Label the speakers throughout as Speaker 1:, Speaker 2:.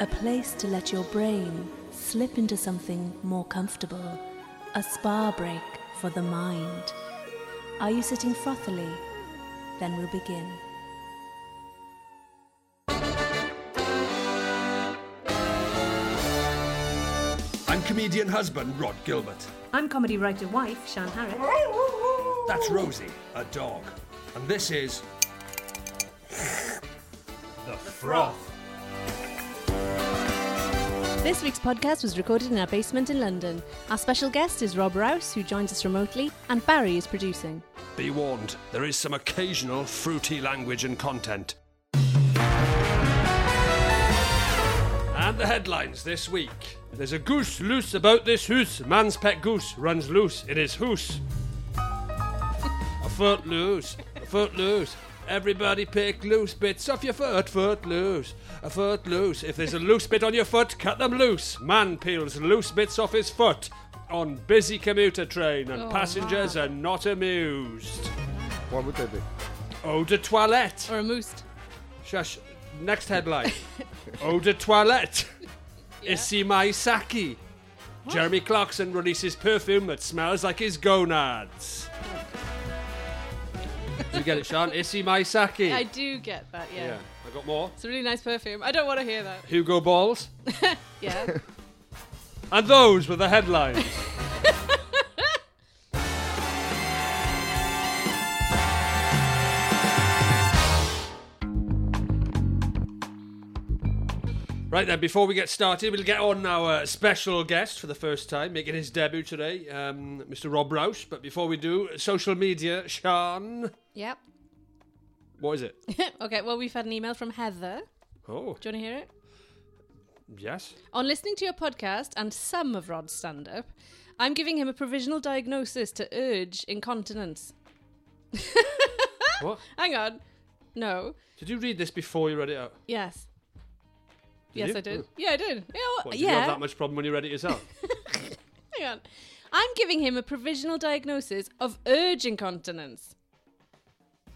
Speaker 1: a place to let your brain slip into something more comfortable, a spa break for the mind. Are you sitting frothily? Then we'll begin.
Speaker 2: I'm comedian husband Rod Gilbert.
Speaker 3: I'm comedy writer wife Shan Harris.
Speaker 2: That's Rosie, a dog. And this is. The Froth.
Speaker 4: This week's podcast was recorded in our basement in London. Our special guest is Rob Rouse, who joins us remotely, and Barry is producing.
Speaker 2: Be warned, there is some occasional fruity language and content. And the headlines this week. There's a goose loose about this hoose. Man's pet goose runs loose in his hoose. A foot loose, a foot loose. Everybody pick loose bits off your foot, foot loose, a foot loose. If there's a loose bit on your foot, cut them loose. Man peels loose bits off his foot on busy commuter train, and passengers are not amused.
Speaker 5: What would they be?
Speaker 2: Eau de toilette.
Speaker 4: Or a moose.
Speaker 2: Shush. Next headline. Eau de toilette. Issey my Saki. Jeremy Clarkson releases perfume that smells like his gonads. Did you get it, Sean? Issey my Saki.
Speaker 6: I do get that, yeah.
Speaker 2: yeah. I got more.
Speaker 6: It's a really nice perfume. I don't want to hear that.
Speaker 2: Hugo Balls.
Speaker 6: Yeah.
Speaker 2: And those were the headlines. Right then, before we get started, we'll get on our special guest for the first time, making his debut today, um, Mr. Rob Rouse. But before we do, social media, Sean.
Speaker 6: yep.
Speaker 2: What is it?
Speaker 6: okay, well, we've had an email from Heather. Do
Speaker 2: Oh,
Speaker 6: you want to hear it?
Speaker 2: yes.
Speaker 6: On listening to your podcast and some of Rod's stand up, I'm giving him a provisional diagnosis to urge incontinence.
Speaker 2: What?
Speaker 6: Hang on. No.
Speaker 2: Did you read this before you read it out?
Speaker 6: Yes. yes,
Speaker 2: you?
Speaker 6: I did.
Speaker 2: Oh.
Speaker 6: Yeah, I did. Yeah, well,
Speaker 2: What, did you
Speaker 6: yeah.
Speaker 2: have that much problem when you read it yourself?
Speaker 6: Hang on. I'm giving him a provisional diagnosis of urge incontinence.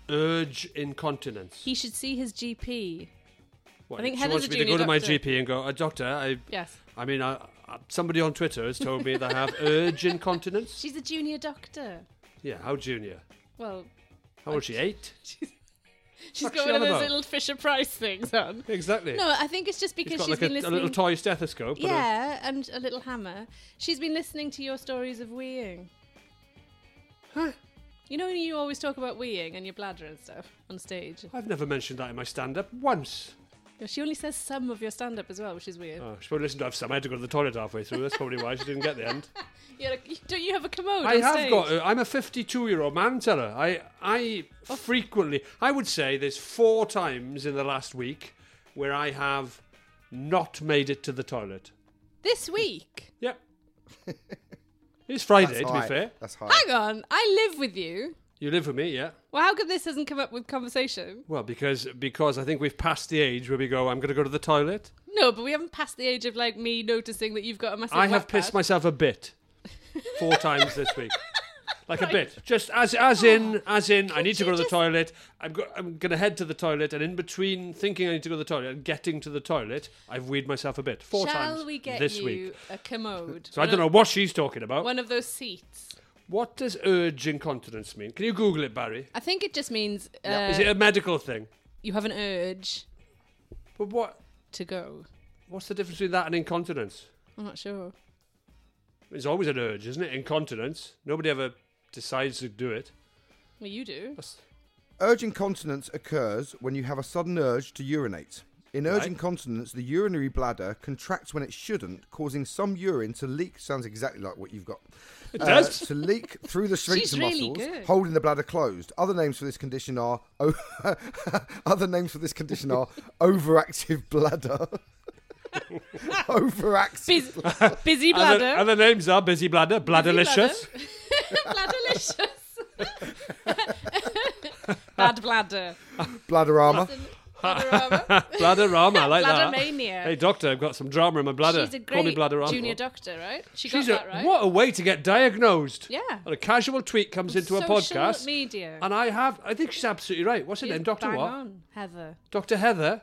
Speaker 2: Urge incontinence.
Speaker 6: He should see his GP.
Speaker 2: What,
Speaker 6: I think
Speaker 2: she
Speaker 6: Heather's
Speaker 2: wants
Speaker 6: a
Speaker 2: me to go
Speaker 6: junior
Speaker 2: to my
Speaker 6: doctor.
Speaker 2: GP and go, uh, doctor. I,
Speaker 6: Yes.
Speaker 2: I mean, I, I, somebody on Twitter has told me that I have urge incontinence.
Speaker 6: She's a junior doctor.
Speaker 2: yeah, how junior?
Speaker 6: Well,
Speaker 2: How old is she? Eight.
Speaker 6: She's
Speaker 2: Fuck's
Speaker 6: got
Speaker 2: she
Speaker 6: one of
Speaker 2: on
Speaker 6: those
Speaker 2: about?
Speaker 6: little Fisher Price things on.
Speaker 2: Exactly.
Speaker 6: No, I think it's just
Speaker 2: she's
Speaker 6: because
Speaker 2: got
Speaker 6: she's
Speaker 2: like
Speaker 6: been
Speaker 2: a, a
Speaker 6: listening.
Speaker 2: little toy stethoscope. and a-
Speaker 6: yeah, and a little hammer. She's been listening to your stories of weeing.
Speaker 2: Huh?
Speaker 6: You know, when you always talk about weeing and your bladder and stuff on stage.
Speaker 2: I've never mentioned that in my stand-up once.
Speaker 6: She only says some of your stand up as well, which is weird.
Speaker 2: Oh, she probably listened to some. I had to go to the toilet halfway through. That's probably why she didn't get the end.
Speaker 6: Yeah, like, don't you have a commode?
Speaker 2: I
Speaker 6: on
Speaker 2: have
Speaker 6: stage?
Speaker 2: got. A, I'm a 52 year old man, tell her. I I
Speaker 6: Oh.
Speaker 2: frequently. I would say there's four times in the last week where I have not made it to the toilet.
Speaker 6: This week.
Speaker 2: Yep. it's Friday, to be
Speaker 5: high.
Speaker 2: fair.
Speaker 5: That's high.
Speaker 6: Hang on, I live with you.
Speaker 2: You live with me, yeah.
Speaker 6: Well, how come this hasn't come up with conversation?
Speaker 2: Well, because because I think we've passed the age where we go. I'm going to go to the toilet.
Speaker 6: No, but we haven't passed the age of like me noticing that you've got a massive.
Speaker 2: I have
Speaker 6: wet
Speaker 2: pissed
Speaker 6: pad.
Speaker 2: myself a bit, four times this week. Like a bit, just as as in as in. I need to go to the toilet. I'm go, I'm going to head to the toilet, and in between thinking I need to go to the toilet and getting to the toilet, I've weed myself a bit four
Speaker 6: Shall
Speaker 2: times
Speaker 6: we get
Speaker 2: this
Speaker 6: you
Speaker 2: week.
Speaker 6: a commode?
Speaker 2: So I don't know what she's talking about.
Speaker 6: One of those seats.
Speaker 2: What does urge incontinence mean? Can you Google it, Barry?
Speaker 6: I think it just means uh,
Speaker 2: Is it a medical thing?
Speaker 6: you have an urge
Speaker 2: But what?
Speaker 6: to go.
Speaker 2: What's the difference between that and incontinence?
Speaker 6: I'm not sure.
Speaker 2: It's always an urge, isn't it? Incontinence. Nobody ever decides to do it.
Speaker 6: Well, you do.
Speaker 2: That's-
Speaker 5: Urge incontinence occurs when you have a sudden urge to urinate. In urge
Speaker 2: Right.
Speaker 5: incontinence, the urinary bladder contracts when it shouldn't, causing some urine to leak. Sounds exactly like what you've got. It
Speaker 2: does.
Speaker 5: To leak through the
Speaker 6: She's
Speaker 5: sphincter
Speaker 6: really
Speaker 5: muscles,
Speaker 6: good.
Speaker 5: holding the bladder closed. Other names for this condition are o- other names for this condition are overactive bladder. overactive.
Speaker 6: Busy, busy
Speaker 2: Other,
Speaker 6: bladder.
Speaker 2: other names are busy bladder, bladderlicious.
Speaker 6: Bladderlicious. Bad bladder.
Speaker 5: bladder armor.
Speaker 6: Bladderama.
Speaker 2: Bladderama, I like that.
Speaker 6: Bladdermania.
Speaker 2: Hey doctor, I've got some drama in my bladder.
Speaker 6: She's a
Speaker 2: Call me
Speaker 6: great
Speaker 2: bladderama.
Speaker 6: junior doctor, right? She got
Speaker 2: She's
Speaker 6: that
Speaker 2: a,
Speaker 6: right.
Speaker 2: What a way to get diagnosed.
Speaker 6: Yeah.
Speaker 2: And a casual tweet comes into a
Speaker 6: Social
Speaker 2: podcast.
Speaker 6: media.
Speaker 2: And I have, I think she's absolutely right. What's her
Speaker 6: She's
Speaker 2: name? Doctor
Speaker 6: bang
Speaker 2: what?
Speaker 6: on, Mm. Heather.
Speaker 2: Dr. Heather.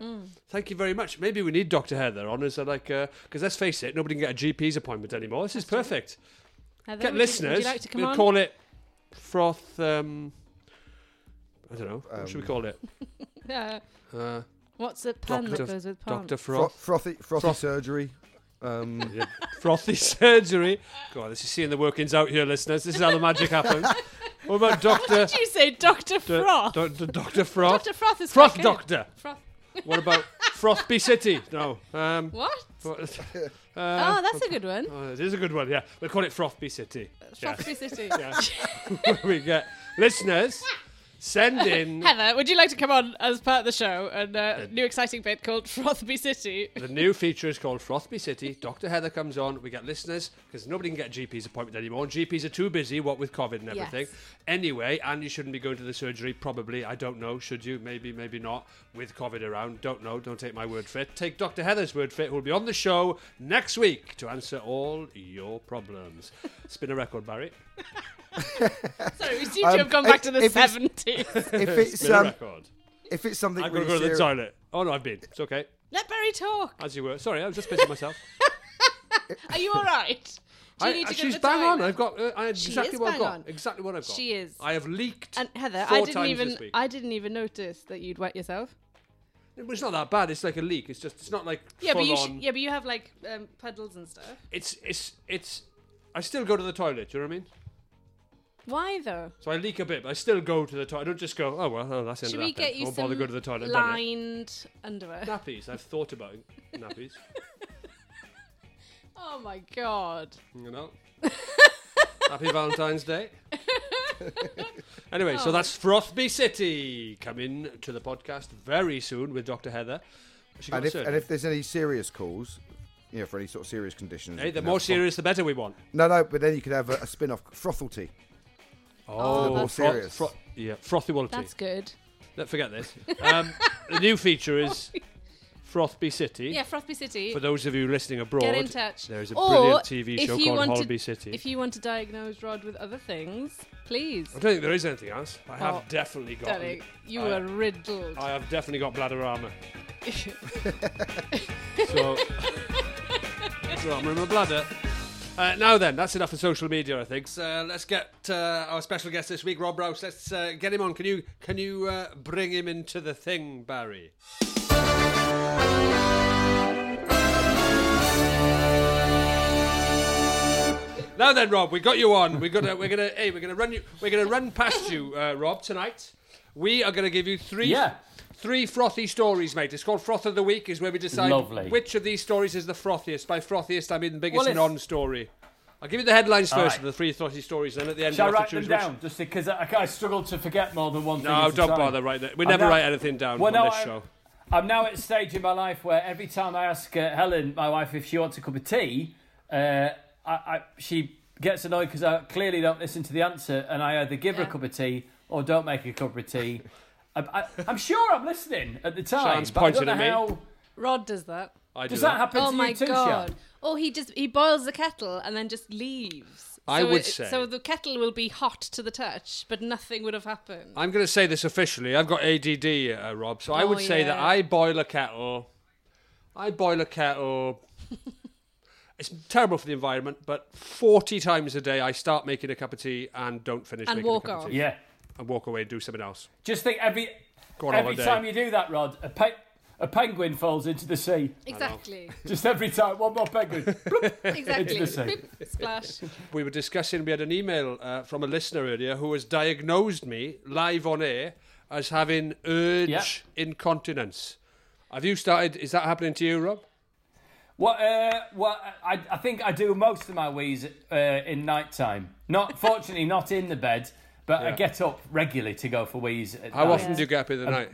Speaker 2: Thank you very much. Maybe we need Dr. Heather on as a, like, because let's face it, nobody can get a GP's appointment anymore. This is perfect.
Speaker 6: Heather,
Speaker 2: Get
Speaker 6: would you-
Speaker 2: listeners.
Speaker 6: Would you like to come
Speaker 2: we'll
Speaker 6: on?
Speaker 2: call it froth. Um, I don't know. what should
Speaker 5: Um,
Speaker 2: we call it?
Speaker 6: Yeah.
Speaker 2: Uh,
Speaker 6: What's the pun
Speaker 2: Doctor-
Speaker 6: that goes with pun?
Speaker 2: Doctor
Speaker 5: Fro-
Speaker 2: Froth.
Speaker 5: frothy, frothy
Speaker 2: Froth.
Speaker 5: surgery. Um,
Speaker 2: Yeah. Frothy surgery. God, this is seeing the workings out here, listeners. This is how the magic happens. What about Doctor
Speaker 6: Did you say Doctor
Speaker 2: Do-
Speaker 6: Froth?
Speaker 2: do- do- Doctor Froth.
Speaker 6: Doctor Froth is
Speaker 2: Froth
Speaker 6: quite good.
Speaker 2: Doctor.
Speaker 6: Froth.
Speaker 2: What about Frothby City? No. Um,
Speaker 6: What?
Speaker 2: what- Uh,
Speaker 6: oh, that's a good one.
Speaker 2: oh, it is a good one. Yeah, we call it Frothby City. Yeah.
Speaker 6: Frothby City.
Speaker 2: we get listeners send in
Speaker 6: Heather, would you like to come on as part of the show and uh, new exciting bit called Frothby City?
Speaker 2: the new feature is called Frothby City. Dr. Heather comes on. We get listeners because nobody can get a GP's appointment anymore. GPs are too busy, what with COVID and everything.
Speaker 6: Yes.
Speaker 2: Anyway, and you shouldn't be going to the surgery. Probably, I don't know. Should you? Maybe, maybe not. With COVID around, don't know. Don't take my word for it. Take Dr. Heather's word for it. Who'll be on the show next week to answer all your problems. Spin a record, Barry.
Speaker 6: Sorry, we seem
Speaker 5: Um,
Speaker 6: to have gone
Speaker 5: if-
Speaker 6: back to the
Speaker 5: if it's-
Speaker 6: seventies.
Speaker 5: if it's
Speaker 2: Spin a
Speaker 5: um,
Speaker 2: record.
Speaker 5: if it's something
Speaker 2: I've got to
Speaker 5: really
Speaker 2: go to the
Speaker 5: serious-
Speaker 2: toilet. Oh no, I've been. It's okay.
Speaker 6: Let Barry talk.
Speaker 2: As you were. Sorry, I was just pissing myself.
Speaker 6: Are you all right? Do you
Speaker 2: I, uh,
Speaker 6: need to go
Speaker 2: she's
Speaker 6: to the
Speaker 2: bang on.
Speaker 6: toilet?
Speaker 2: I've got uh, I had
Speaker 6: She
Speaker 2: exactly
Speaker 6: is
Speaker 2: what I've
Speaker 6: bang
Speaker 2: got.
Speaker 6: on.
Speaker 2: Exactly what I've got.
Speaker 6: She is.
Speaker 2: I have leaked.
Speaker 6: And Heather,
Speaker 2: four
Speaker 6: I didn't
Speaker 2: times
Speaker 6: even
Speaker 2: This week.
Speaker 6: I didn't even notice that you'd wet yourself.
Speaker 2: It was not that bad. It's like a leak. It's just. It's not like.
Speaker 6: Yeah, but
Speaker 2: full
Speaker 6: you
Speaker 2: on.
Speaker 6: yeah, but you have like um, puddles and stuff.
Speaker 2: It's it's it's. I still go to the toilet. Do you know what I mean?
Speaker 6: Why though?
Speaker 2: So I leak a bit, but I still go to the toilet. I don't just go. Oh well, oh, that's the end
Speaker 6: Should
Speaker 2: of that
Speaker 6: we
Speaker 2: then.
Speaker 6: get you
Speaker 2: I won't
Speaker 6: some
Speaker 2: bother go to the toilet. and done it.
Speaker 6: lined underwear?
Speaker 2: Nappies. I've thought about nappies.
Speaker 6: Oh my god!
Speaker 2: You know. Happy Valentine's Day. anyway,
Speaker 6: Oh.
Speaker 2: so that's Frothby City coming to the podcast very soon with Dr. Heather. She got
Speaker 5: And if,
Speaker 2: surgery.
Speaker 5: and if there's any serious calls, you know, for any sort of serious conditions.
Speaker 2: Hey,
Speaker 5: you
Speaker 2: the
Speaker 5: can
Speaker 2: more
Speaker 5: have a pro-
Speaker 2: serious, the better we want.
Speaker 5: No, no, but then you could have a, a spin off frothelty.
Speaker 2: Oh,
Speaker 5: more serious.
Speaker 2: yeah, frothy Wallity.
Speaker 6: That's good.
Speaker 2: Don't forget this. Um, the new feature is Frothby City.
Speaker 6: Yeah, Frothby City.
Speaker 2: For those of you listening abroad,
Speaker 6: Get in touch.
Speaker 2: there is a
Speaker 6: Or,
Speaker 2: brilliant TV
Speaker 6: if
Speaker 2: show
Speaker 6: you
Speaker 2: called
Speaker 6: want to-
Speaker 2: Holby City.
Speaker 6: If you want to diagnose Rod with other things, please.
Speaker 2: I don't think there is anything else. I have
Speaker 6: Oh,
Speaker 2: definitely got.
Speaker 6: Derek, you
Speaker 2: I-
Speaker 6: were riddled.
Speaker 2: I have definitely got bladder armour. so, so I'm in my bladder. Uh, now then, that's enough for social media, I think. So let's get uh, our special guest this week, Rob Rouse. Let's uh, get him on. Can you can you uh, bring him into the thing, Barry? Now then, Rob, we got you on. We're gonna we're gonna hey we're gonna run you we're gonna run past you, uh, Rob, tonight. We are gonna give you three
Speaker 7: Yeah.
Speaker 2: three frothy stories, mate. It's called Froth of the Week, is where we decide
Speaker 7: Lovely.
Speaker 2: which of these stories is the frothiest. By frothiest, I mean the biggest
Speaker 7: Well, if-
Speaker 2: non-story. I'll give you the headlines
Speaker 7: All
Speaker 2: first
Speaker 7: right.
Speaker 2: of the three frothy stories, and at the end
Speaker 7: Shall I
Speaker 2: you have
Speaker 7: write
Speaker 2: to choose
Speaker 7: them
Speaker 2: which.
Speaker 7: down? Just because I, I struggle to forget more than one thing.
Speaker 2: No,
Speaker 7: at a
Speaker 2: don't
Speaker 7: time.
Speaker 2: bother writing it. We
Speaker 7: I'm
Speaker 2: never
Speaker 7: now-
Speaker 2: write anything down
Speaker 7: Well,
Speaker 2: on
Speaker 7: no,
Speaker 2: this
Speaker 7: I'm-
Speaker 2: show.
Speaker 7: I'm now at a stage in my life where every time I ask uh, Helen, my wife, if she wants a cup of tea, uh, I, I, she gets annoyed because I clearly don't listen to the answer, and I either give her a cup of tea or don't make a cup of tea. I, I, I'm sure I'm listening at the time.
Speaker 2: Sean's
Speaker 7: but I don't
Speaker 2: pointing
Speaker 7: know
Speaker 2: at
Speaker 7: how,
Speaker 2: me.
Speaker 6: Rod does that.
Speaker 2: I do
Speaker 7: Does that happen
Speaker 6: Oh
Speaker 7: to
Speaker 6: my
Speaker 7: you too,
Speaker 6: god!
Speaker 7: Sean?
Speaker 6: Or he just he boils the kettle and then just leaves.
Speaker 2: I
Speaker 6: so
Speaker 2: would
Speaker 6: it-
Speaker 2: say-
Speaker 6: so. The kettle will be hot to the touch, but nothing would have happened.
Speaker 2: I'm going to say this officially. I've got ADD, uh, Rob, so I
Speaker 6: Oh,
Speaker 2: would say that
Speaker 6: yeah.
Speaker 2: I boil a kettle. I boil a kettle. It's terrible for the environment, but 40 times a day I start making a cup of tea and don't finish
Speaker 6: And
Speaker 2: making
Speaker 6: walk
Speaker 2: a cup of
Speaker 6: off.
Speaker 2: tea.
Speaker 7: Yeah.
Speaker 2: And walk away and do something else.
Speaker 7: Just think every
Speaker 2: Go on
Speaker 7: every
Speaker 2: holiday.
Speaker 7: time you do that, Rod, a, pe- a penguin falls into the sea.
Speaker 6: Exactly.
Speaker 7: Just every time, one more penguin. Bloop.
Speaker 6: Exactly.
Speaker 7: It's the same.
Speaker 6: Boop, splash.
Speaker 2: We were discussing, we had an email uh, from a listener earlier who has diagnosed me live on air as having urge
Speaker 7: Yeah.
Speaker 2: incontinence. Have you started? Is that happening to you, Rob?
Speaker 7: What? Uh, what? I, I think I do most of my wheeze uh, in night time. Not fortunately, not in the bed, but I
Speaker 2: Yeah.
Speaker 7: get up regularly to go for wheeze. At
Speaker 2: How
Speaker 7: night.
Speaker 2: often do you get up in
Speaker 7: Um,
Speaker 2: the night?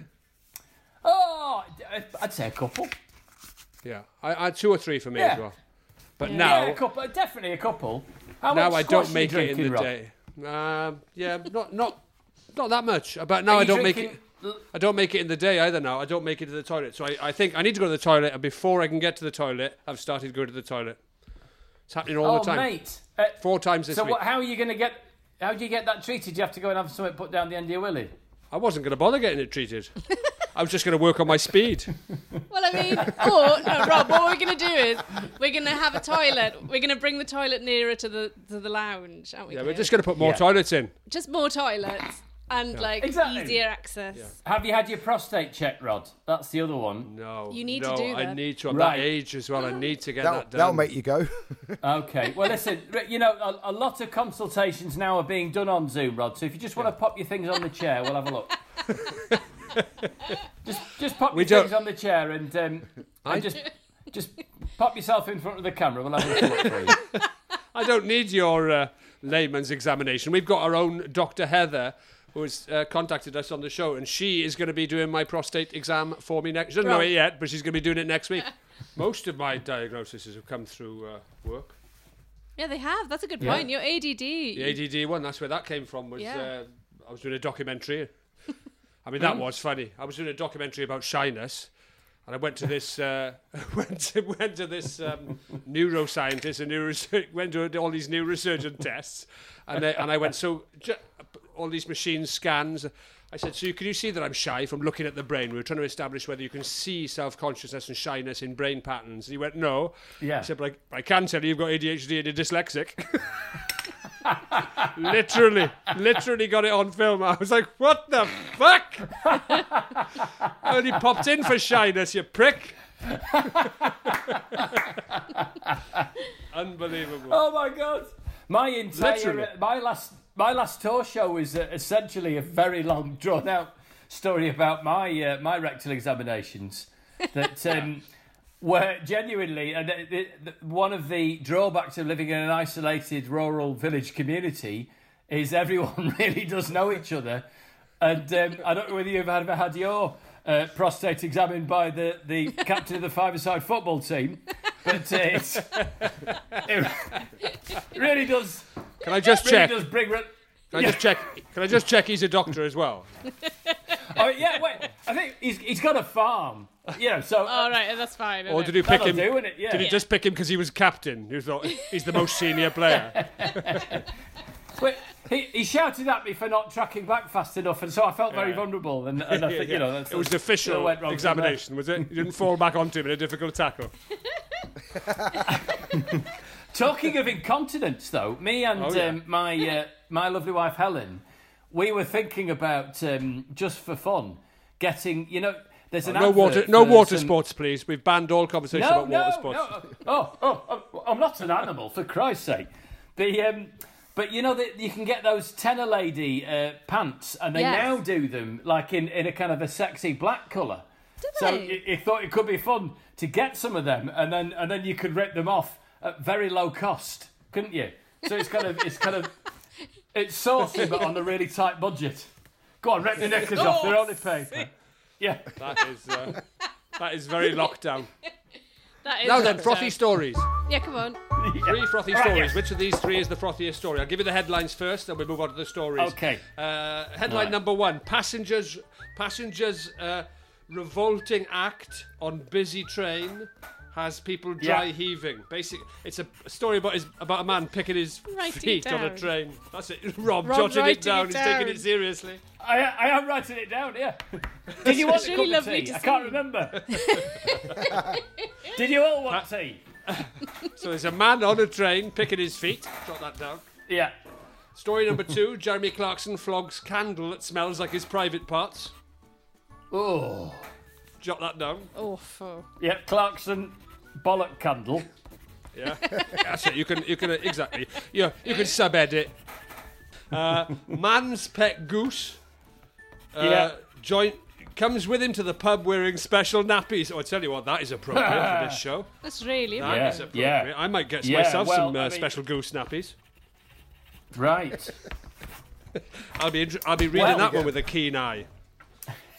Speaker 7: Oh, I- I'd say a couple.
Speaker 2: Yeah, I, I two or three for me as
Speaker 7: Yeah.
Speaker 2: well. But now,
Speaker 7: yeah, a couple, definitely a couple. How
Speaker 2: now
Speaker 7: much
Speaker 2: I
Speaker 7: squash
Speaker 2: don't
Speaker 7: are
Speaker 2: make
Speaker 7: you
Speaker 2: it in
Speaker 7: drinking,
Speaker 2: the
Speaker 7: Rob?
Speaker 2: day. Um, yeah, not not not that much. But now
Speaker 7: Are
Speaker 2: I
Speaker 7: you
Speaker 2: don't make it.
Speaker 7: drinking-
Speaker 2: I don't make it in the day either. Now I don't make it to the toilet. So I, I think I need to go to the toilet, and before I can get to the toilet, I've started going to the toilet. It's happening all
Speaker 7: oh,
Speaker 2: the time.
Speaker 7: mate. Uh,
Speaker 2: Four times this
Speaker 7: so
Speaker 2: week.
Speaker 7: what, how are you going to get? How do you get that treated? Do you have to go and have something put down the end of your willy?
Speaker 2: I wasn't going to bother getting it treated. I was just going to work on my speed.
Speaker 6: Well, I mean, or no, Rob, what we're going to do is we're going to have a toilet. We're going to bring the toilet nearer to the to the lounge, aren't we?
Speaker 2: Yeah,
Speaker 6: Keir?
Speaker 2: we're just going to put more
Speaker 7: Yeah.
Speaker 2: toilets in.
Speaker 6: Just more toilets and like
Speaker 7: Exactly.
Speaker 6: easier access.
Speaker 7: Have you had your prostate checked, Rod? That's the other one.
Speaker 2: No,
Speaker 6: You need to
Speaker 2: no,
Speaker 6: do
Speaker 2: I
Speaker 6: that.
Speaker 2: need to. I'm
Speaker 7: Right.
Speaker 2: that age as well. I need to get
Speaker 5: That'll,
Speaker 2: that done.
Speaker 5: that'll make you go.
Speaker 7: Okay. Well, listen. r- You know, a, a lot of consultations now are being done on Zoom, Rod. So if you just want to pop your things on the chair, we'll have a look. just, just pop
Speaker 2: We
Speaker 7: your things
Speaker 2: don't-
Speaker 7: on the chair and, um,
Speaker 2: I-
Speaker 7: and just, just pop yourself in front of the camera. We'll have a little look for you.
Speaker 2: I don't need your uh, layman's examination. We've got our own Dr. Heather, who has uh, contacted us on the show, and she is going to be doing my prostate exam for me next. She doesn't know it yet, but she's going to be doing it next week. Most of my diagnoses have come through uh, work.
Speaker 6: Yeah, they have. That's a good
Speaker 7: Yeah.
Speaker 6: point. You're ADD.
Speaker 2: The ADD one, that's where that came from. Was
Speaker 6: Yeah.
Speaker 2: uh, I was doing a documentary. I mean, that was funny. I was doing a documentary about shyness, and I went to this uh, went to, went to this um, neuroscientist and neurosurgeon, went to all these neurosurgeon tests, and they, and I went so ju- all these machine scans. I said, so you, can you see that I'm shy from looking at the brain? We were trying to establish whether you can see self-consciousness and shyness in brain patterns. And he went, no.
Speaker 7: Yeah.
Speaker 2: I said, but I, but I can tell you you've got ADHD and you're dyslexic. literally, literally got it on film. I was like, what the fuck? I only popped in for shyness, you prick. Unbelievable.
Speaker 7: Oh my god! My entire
Speaker 2: Literally.
Speaker 7: my last my last tour show was uh, essentially a very long drawn out story about my uh, my rectal examinations that um, were genuinely and it- it- the- one of the drawbacks of living in an isolated rural village community is everyone really does know each other, and um, I don't know whether you've ever had your. Uh, prostate examined by the, the captain of the five-a-side football team, but uh, it's, it really does
Speaker 2: Can I just
Speaker 7: really
Speaker 2: check?
Speaker 7: does bring. Re-
Speaker 2: Can I just check? Can I just check he's a doctor as well?
Speaker 7: oh yeah, wait. I think he's he's got a farm. You know, so
Speaker 6: All Oh, right, that's fine.
Speaker 2: Or
Speaker 6: innit?
Speaker 2: did you pick
Speaker 7: that'll
Speaker 2: him?
Speaker 7: do, innit? Yeah.
Speaker 2: Did you
Speaker 7: Yeah.
Speaker 2: just pick him because he was captain? You thought he's the most senior player.
Speaker 7: wait, he, he shouted at me for not tracking back fast enough, and so I felt very
Speaker 2: Yeah.
Speaker 7: vulnerable. And, and I think you know, that's,
Speaker 2: it was the
Speaker 7: it
Speaker 2: official
Speaker 7: went wrong somewhere.
Speaker 2: examination, was it? You didn't fall back onto him in a difficult tackle.
Speaker 7: Talking of incontinence, though, me and
Speaker 2: Oh, yeah.
Speaker 7: um, my uh, my lovely wife Helen, we were thinking about um, just for fun getting. You know, there's an
Speaker 2: No water,
Speaker 7: advert
Speaker 2: no
Speaker 7: for
Speaker 2: water
Speaker 7: some-
Speaker 2: sports, please. We've banned all conversation
Speaker 7: No,
Speaker 2: about
Speaker 7: no,
Speaker 2: water sports.
Speaker 7: no. Oh, oh, oh, I'm not an animal, for Christ's sake. The, um, but you know that you can get those tenor lady uh, pants, and they
Speaker 6: Yes.
Speaker 7: now do them like in, in a kind of a sexy black colour. So
Speaker 6: they?
Speaker 7: you, you thought it could be fun to get some of them, and then and then you could rip them off at very low cost, couldn't you? So it's kind of it's kind of it's saucy, but on a really tight budget. Go on, rip the knickers off; they're only paper. Yeah.
Speaker 2: That is, uh, that is very lockdown.
Speaker 6: That is
Speaker 2: Now then,
Speaker 6: lockdown.
Speaker 2: frothy stories.
Speaker 6: Yeah, come on.
Speaker 2: Three frothy
Speaker 7: Right,
Speaker 2: stories.
Speaker 7: yes.
Speaker 2: Which of these three is the frothiest story? I'll give you the headlines first, then we move on to the stories.
Speaker 7: Okay.
Speaker 2: Uh, headline
Speaker 7: Right.
Speaker 2: number one: Passengers, passengers, uh, revolting act on busy train has people dry
Speaker 7: Yeah.
Speaker 2: heaving. Basically, it's a, a story about his, about a man picking his
Speaker 6: Write it
Speaker 2: feet on a
Speaker 6: down.
Speaker 2: train. That's it. Rob,
Speaker 6: Rob
Speaker 2: jotting
Speaker 6: writing
Speaker 2: it
Speaker 6: it
Speaker 2: down. He's taking
Speaker 6: down.
Speaker 2: it seriously.
Speaker 7: I, I am writing it down, yeah. Did you want
Speaker 6: It's
Speaker 7: a
Speaker 6: really
Speaker 7: cup of
Speaker 6: lovely
Speaker 7: tea?
Speaker 6: to
Speaker 7: I can't
Speaker 6: see.
Speaker 7: remember. Did you all want tea?
Speaker 2: so there's a man on a train picking his feet. Jot that down.
Speaker 7: Yeah.
Speaker 2: Story number two Jeremy Clarkson flogs candle that smells like his private parts.
Speaker 7: Oh.
Speaker 2: Jot that down.
Speaker 6: Awful.
Speaker 7: Yep, Clarkson bollock candle.
Speaker 2: Yeah, that's it. You can, you can uh, exactly. Yeah, you can sub edit. Uh, man's pet goose. Uh,
Speaker 7: Yeah.
Speaker 2: Joint comes with him to the pub wearing special nappies. Oh, I tell you what, that is appropriate for this show.
Speaker 6: That's really
Speaker 2: That is
Speaker 7: Yeah,
Speaker 2: appropriate.
Speaker 7: yeah.
Speaker 2: I might get
Speaker 7: Yeah,
Speaker 2: myself
Speaker 7: well,
Speaker 2: some uh,
Speaker 7: I mean-
Speaker 2: special goose nappies.
Speaker 7: Right.
Speaker 2: I'll be inter- I'll be reading
Speaker 7: Well-
Speaker 2: that one with a keen eye.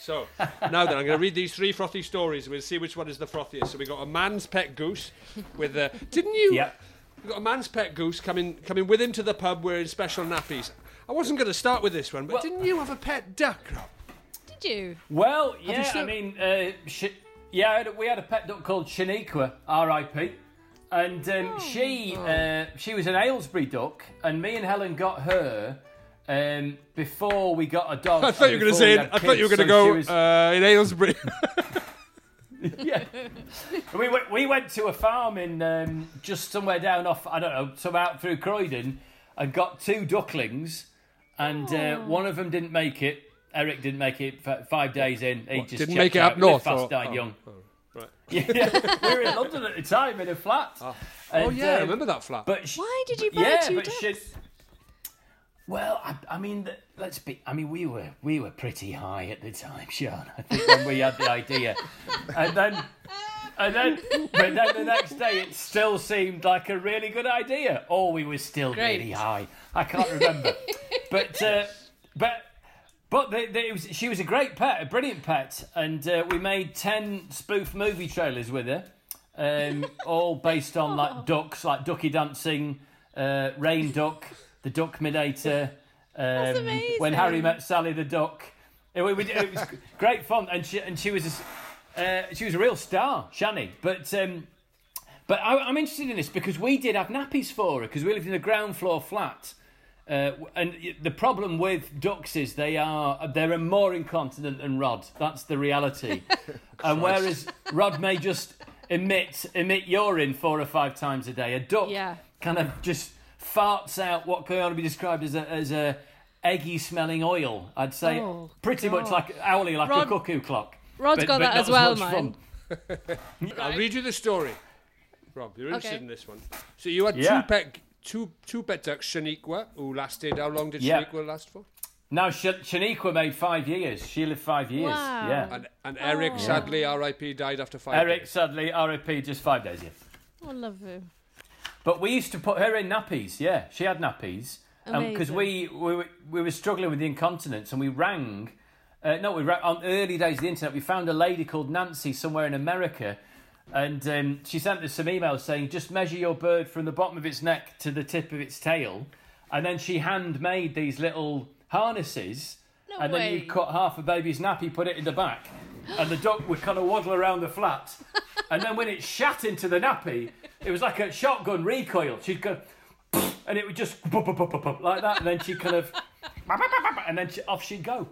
Speaker 2: So now then, I'm going to read these three frothy stories. We'll see which one is the frothiest. So we got a man's pet goose with a. Didn't you?
Speaker 7: Yeah.
Speaker 2: We got a man's pet goose coming coming with him to the pub wearing special nappies. I wasn't going to start with this one, but
Speaker 7: Well-
Speaker 2: didn't you have a pet duck? Rob?
Speaker 6: Did you?
Speaker 7: Well,
Speaker 2: you
Speaker 7: yeah,
Speaker 2: still-
Speaker 7: I mean, uh, sh- yeah, I had a- we had a pet duck called Shaniqua, R.I.P. And um, she uh, she was an Aylesbury duck, and me and Helen got her um, before we got a dog.
Speaker 2: I thought you were going to say. I thought you were going to go uh, in Aylesbury.
Speaker 7: yeah. we went we went to a farm in um, just somewhere down off I don't know some out through Croydon and got two ducklings, and uh, one of them didn't make it. Eric didn't make it f- five days in. He just
Speaker 2: didn't
Speaker 7: checked
Speaker 2: make it up
Speaker 7: out. Lived
Speaker 2: north,
Speaker 7: Fast
Speaker 2: or-
Speaker 7: died
Speaker 2: oh,
Speaker 7: young.
Speaker 2: right.
Speaker 7: yeah, we were in London at the time in a flat. um,
Speaker 2: oh yeah, I remember that flat.
Speaker 7: But sh-
Speaker 6: Why did you
Speaker 7: but-
Speaker 6: buy
Speaker 7: yeah,
Speaker 6: two
Speaker 7: but
Speaker 6: ducks?
Speaker 7: She, well, I, I mean, th- let's be. I mean, we were we were pretty high at the time, Sean. I think when we had the idea, and then and then but then the next day it still seemed like a really good idea, or we were still
Speaker 6: Great.
Speaker 7: really high. I can't remember, but uh, but. But the, the, it was, she was a great pet, a brilliant pet, and uh, we made ten spoof movie trailers with her, um, all based on like ducks, like Ducky Dancing, uh, Rain Duck, The Duck Minator, um, When Harry
Speaker 6: amazing.
Speaker 7: Met Sally the Duck. It, wa- we- it was great fun, and she and she was a, s- uh, she was a real star, Shani. But um, but I, I'm interested in this because we did have nappies for her because we lived in a ground floor flat. Uh, and y- the problem with ducks is they are uh, they're more incontinent than Rod. That's the reality. and whereas Rod may just emit emit urine four or five times a day, a duck
Speaker 6: Yeah.
Speaker 7: kind of just farts out what can only be described as a as a eggy smelling oil. I'd say
Speaker 6: Oh,
Speaker 7: pretty much
Speaker 6: God.
Speaker 7: like hourly like a
Speaker 6: Rod-
Speaker 7: cuckoo clock.
Speaker 6: Rod's got that
Speaker 7: not
Speaker 6: as well,
Speaker 7: much
Speaker 6: mine.
Speaker 7: fun.
Speaker 2: I'll read you the story. Rob, you're interested
Speaker 6: Okay.
Speaker 2: in this one. So you had
Speaker 7: Yeah.
Speaker 2: two pet two two pet ducks, Shaniqua, who lasted. How long did
Speaker 7: Yeah.
Speaker 2: Shaniqua last for?
Speaker 7: Now, Sh- Shaniqua made five years. She lived five years.
Speaker 6: Wow.
Speaker 7: Yeah.
Speaker 2: And, and Eric, sadly, R.I.P. died after five.
Speaker 7: Eric,
Speaker 2: days.
Speaker 7: sadly, RIP, just five days, yeah.
Speaker 6: I love you.
Speaker 7: But we used to put her in nappies, yeah. She had nappies. Because
Speaker 6: Amazing.
Speaker 7: we, we, were- we were struggling with the incontinence and we rang. Uh, no, we rang, on early days of the internet, we found a lady called Nancy somewhere in America. And um, she sent us some emails saying, just measure your bird from the bottom of its neck to the tip of its tail. And then she handmade these little harnesses.
Speaker 6: No
Speaker 7: and then you
Speaker 6: way.
Speaker 7: cut half a baby's nappy, put it in the back. And the duck would kind of waddle around the flat. And then when it shat into the nappy, it was like a shotgun recoil. She'd go, and it would just bup, bup, bup, bup, bup, like that. And then she'd kind of, and then she, off she'd go.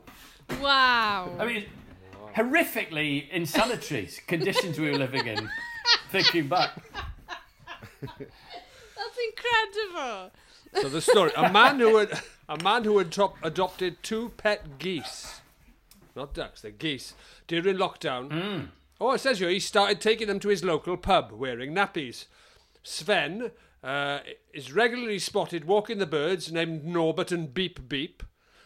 Speaker 6: Wow.
Speaker 7: I mean, horrifically insanitary conditions we were living in, thinking back.
Speaker 6: That's incredible.
Speaker 2: So the story: a man who had a man who had top, adopted two pet geese, not ducks, they're geese, during lockdown.
Speaker 7: Hmm.
Speaker 2: Oh, it says here he started taking them to his local pub wearing nappies. Sven uh, is regularly spotted walking the birds named Norbert and Beep Beep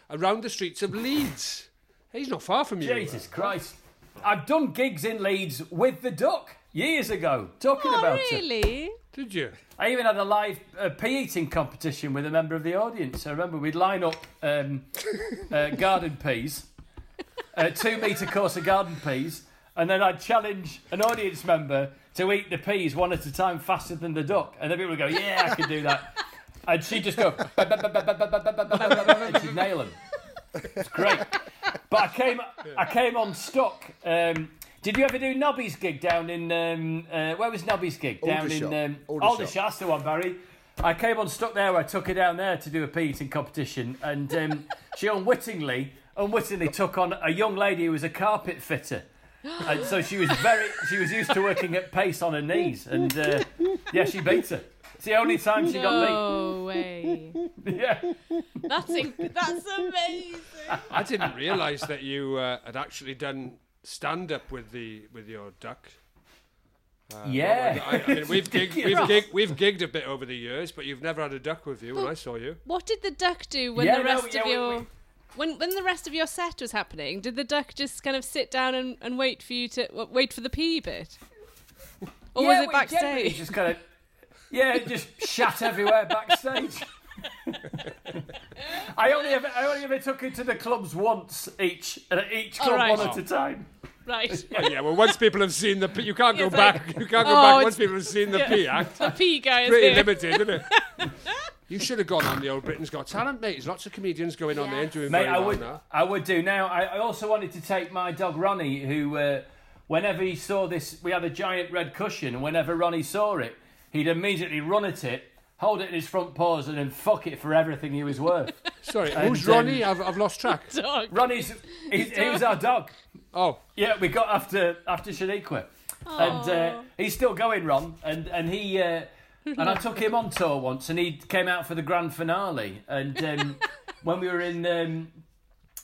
Speaker 2: around the streets of Leeds. He's not far from you.
Speaker 7: Jesus Christ. I've done gigs in Leeds with the duck years ago, talking
Speaker 6: Oh,
Speaker 7: about it.
Speaker 6: really?
Speaker 2: Did you?
Speaker 7: I even had a live uh, pea eating competition with a member of the audience. I remember we'd line up um, uh, garden peas, a two metre course of garden peas, and then I'd challenge an audience member to eat the peas one at a time faster than the duck. And then people would go, Yeah, I can do that. And she'd just go, "Ba, ba, ba, ba, ba, ba, ba, ba, ba, ba, ba," and she'd nail them. It's great. But I came, I came on stock. Um, did you ever do Nobby's gig down in um, uh, where was Nobby's gig down
Speaker 5: Aldershot.
Speaker 7: in um,
Speaker 5: Aldershot.
Speaker 7: Aldershot? That's the one, Barry. I came on stuck there. I took her down there to do a pea eating competition, and um, she unwittingly, unwittingly took on a young lady who was a carpet fitter, and so she was very, she was used to working at pace on her knees, and uh, Yeah, she beat her. It's the only time she got
Speaker 6: No way.
Speaker 7: beat.
Speaker 2: Uh,
Speaker 7: Yeah.
Speaker 6: That's inc- that's amazing.
Speaker 2: I didn't realise that you uh, had actually done stand up with the with your duck. Uh,
Speaker 7: Yeah.
Speaker 2: I, I mean, we've gigged, we've,
Speaker 7: Ridiculous.
Speaker 2: gigged, we've gigged a bit over the years, but you've never had a duck with you when I saw you.
Speaker 6: What did the duck do when
Speaker 7: Yeah,
Speaker 6: the
Speaker 7: no,
Speaker 6: rest
Speaker 7: yeah,
Speaker 6: of
Speaker 7: we-
Speaker 6: your
Speaker 7: we-
Speaker 6: when when the rest of your set was happening? Did the duck just kind of sit down and, and wait for you to w- wait for the pee bit, or
Speaker 7: Yeah,
Speaker 6: was it
Speaker 7: we generally
Speaker 6: backstage?
Speaker 7: Just kind of, yeah, it just shat everywhere backstage. I only ever, I only ever took her to the clubs once each, and at each club
Speaker 6: right.
Speaker 7: one
Speaker 2: Oh.
Speaker 7: at a time.
Speaker 6: Right.
Speaker 2: Well, yeah, well, once people have seen the pee, you can't go
Speaker 6: It's
Speaker 2: back.
Speaker 6: like-
Speaker 2: you can't go
Speaker 6: Oh,
Speaker 2: back
Speaker 6: it's-
Speaker 2: once people have seen the
Speaker 6: yeah.
Speaker 2: pee act.
Speaker 6: The pee guy is
Speaker 2: Pretty
Speaker 6: here.
Speaker 2: limited, isn't it? You should have gone on the old Britain's Got Talent, mate. There's lots of comedians going on there and doing
Speaker 7: Mate,
Speaker 2: very
Speaker 7: I
Speaker 2: well
Speaker 7: would,
Speaker 2: now.
Speaker 7: I would do now. I, I also wanted to take my dog Ronnie, who, uh, whenever he saw this, we had a giant red cushion, and whenever Ronnie saw it, he'd immediately run at it, hold it in his front paws, and then fuck it for everything he was worth.
Speaker 2: Sorry,
Speaker 7: And,
Speaker 2: who's
Speaker 7: um,
Speaker 2: Ronnie? I've, I've lost track.
Speaker 6: Dog.
Speaker 7: Ronnie's, he, he was our dog.
Speaker 2: Oh,
Speaker 7: Yeah, we got after after Shaniqua, and uh, he's still going, Ron. And and he uh, and I took him on tour once, and he came out for the grand finale. And um, when we were in um,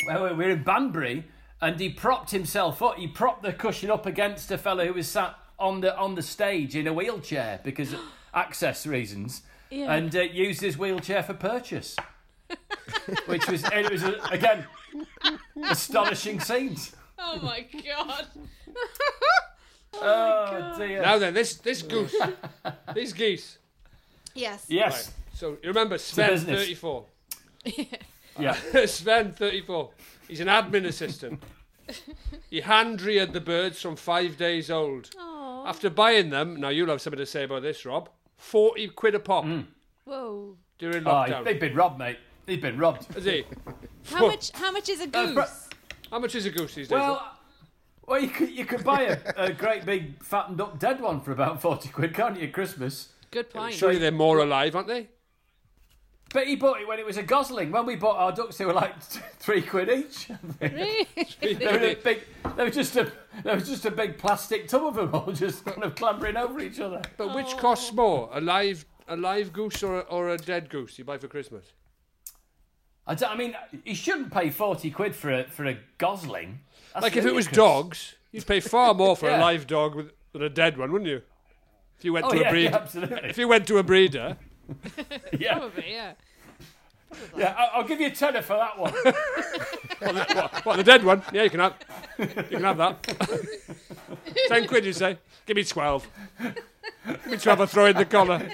Speaker 7: well, we were in Banbury, and he propped himself up. He propped the cushion up against a fellow who was sat on the on the stage in a wheelchair because of access reasons,
Speaker 6: Yeah.
Speaker 7: and uh, used his wheelchair for purchase. Which was it was uh, again astonishing scenes.
Speaker 6: Oh my god.
Speaker 7: Oh, dear.
Speaker 2: now then, this this goose, these geese.
Speaker 6: yes.
Speaker 7: Yes.
Speaker 2: So you remember Sven,
Speaker 7: business.
Speaker 2: 34.
Speaker 7: Yeah.
Speaker 2: Sven, 34. He's an admin assistant. he hand reared the birds from five days old. After buying them, now you'll have something to say about this, Rob. 40 quid a pop
Speaker 7: Mm.
Speaker 6: Whoa.
Speaker 2: during
Speaker 7: Oh,
Speaker 2: lockdown.
Speaker 7: they've been robbed, mate. They've been robbed.
Speaker 2: Is he?
Speaker 6: How much? How much is a
Speaker 7: Uh,
Speaker 6: goose?
Speaker 7: bro-
Speaker 2: How much is a goose these days?
Speaker 7: well, well, you could you could buy a, a great big fattened up dead one for about forty quid, can't you? at Christmas.
Speaker 6: Good point.
Speaker 2: Surely they're more alive, aren't they?
Speaker 7: But he bought it when it was a gosling. When we bought our ducks, they were like three quid each. they were in a big. They were just a. They were just a big plastic tub of them all just kind of clambering over each other.
Speaker 2: But which costs more, a live, a live goose or a, or a dead goose you buy for Christmas?
Speaker 7: I, don't- I mean, you shouldn't pay forty quid for a for a gosling. That's
Speaker 2: Like if it was
Speaker 7: ludicrous.
Speaker 2: dogs, you'd pay far more for a
Speaker 7: Yeah.
Speaker 2: live dog with, than a dead one, wouldn't you? If you went
Speaker 7: Oh
Speaker 2: to
Speaker 7: yeah,
Speaker 2: a breeder,
Speaker 7: yeah, absolutely.
Speaker 2: if you went to a breeder,
Speaker 7: Yeah.
Speaker 6: Probably, yeah.
Speaker 7: Yeah, I- I'll give you a tenner for that one.
Speaker 2: what, what, the dead one? Yeah, you can have, you can have that. Ten quid, you say? Give me twelve. Give me twelve. I throw in the collar.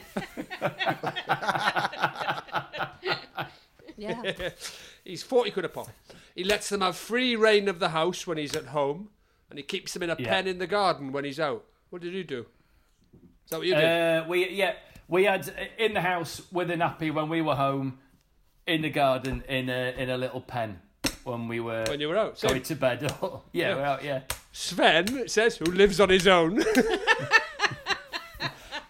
Speaker 4: Yeah.
Speaker 2: He's forty quid a pop. He lets them have free reign of the house when he's at home, and he keeps them in a
Speaker 7: Yeah.
Speaker 2: pen in the garden when he's out. What did you do? Is that what you did?
Speaker 7: Uh, we yeah, we had in the house with a nappy when we were home, in the garden in a in a little pen when we were
Speaker 2: When you were out,
Speaker 7: going
Speaker 2: same.
Speaker 7: to bed. yeah, yeah, we're out, yeah.
Speaker 2: Sven it says, who lives on his own.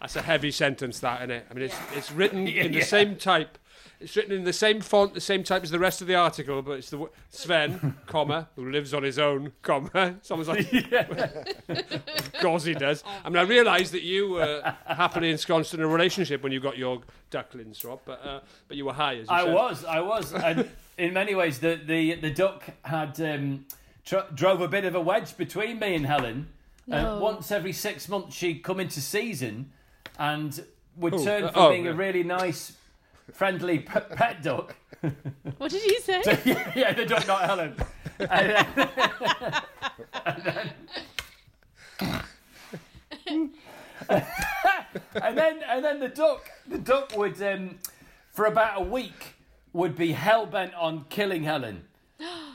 Speaker 2: That's a heavy sentence, that isn't it? I mean, it's, it's written in the
Speaker 7: Yeah.
Speaker 2: same type. It's written in the same font, the same type as the rest of the article, but it's the w- Sven, comma, who lives on his own, comma. Someone's like, of course he does.
Speaker 7: Oh,
Speaker 2: I mean, I realise that you were happily ensconced in a relationship when you got your ducklings, Rob, but uh, but you were high, as you
Speaker 7: I
Speaker 2: said.
Speaker 7: was, I was, and in many ways the the the duck had um, tr- drove a bit of a wedge between me and Helen. Uh, once every six months, she'd come into season, and would
Speaker 2: Oh,
Speaker 7: turn
Speaker 2: uh,
Speaker 7: from
Speaker 2: oh,
Speaker 7: being a
Speaker 2: yeah.
Speaker 7: really nice, friendly p- pet duck
Speaker 6: What did you say?
Speaker 7: yeah, yeah, the duck, not Helen. And then, and then- and then, and then the duck, the duck would, um, for about a week, would be hell bent on killing Helen.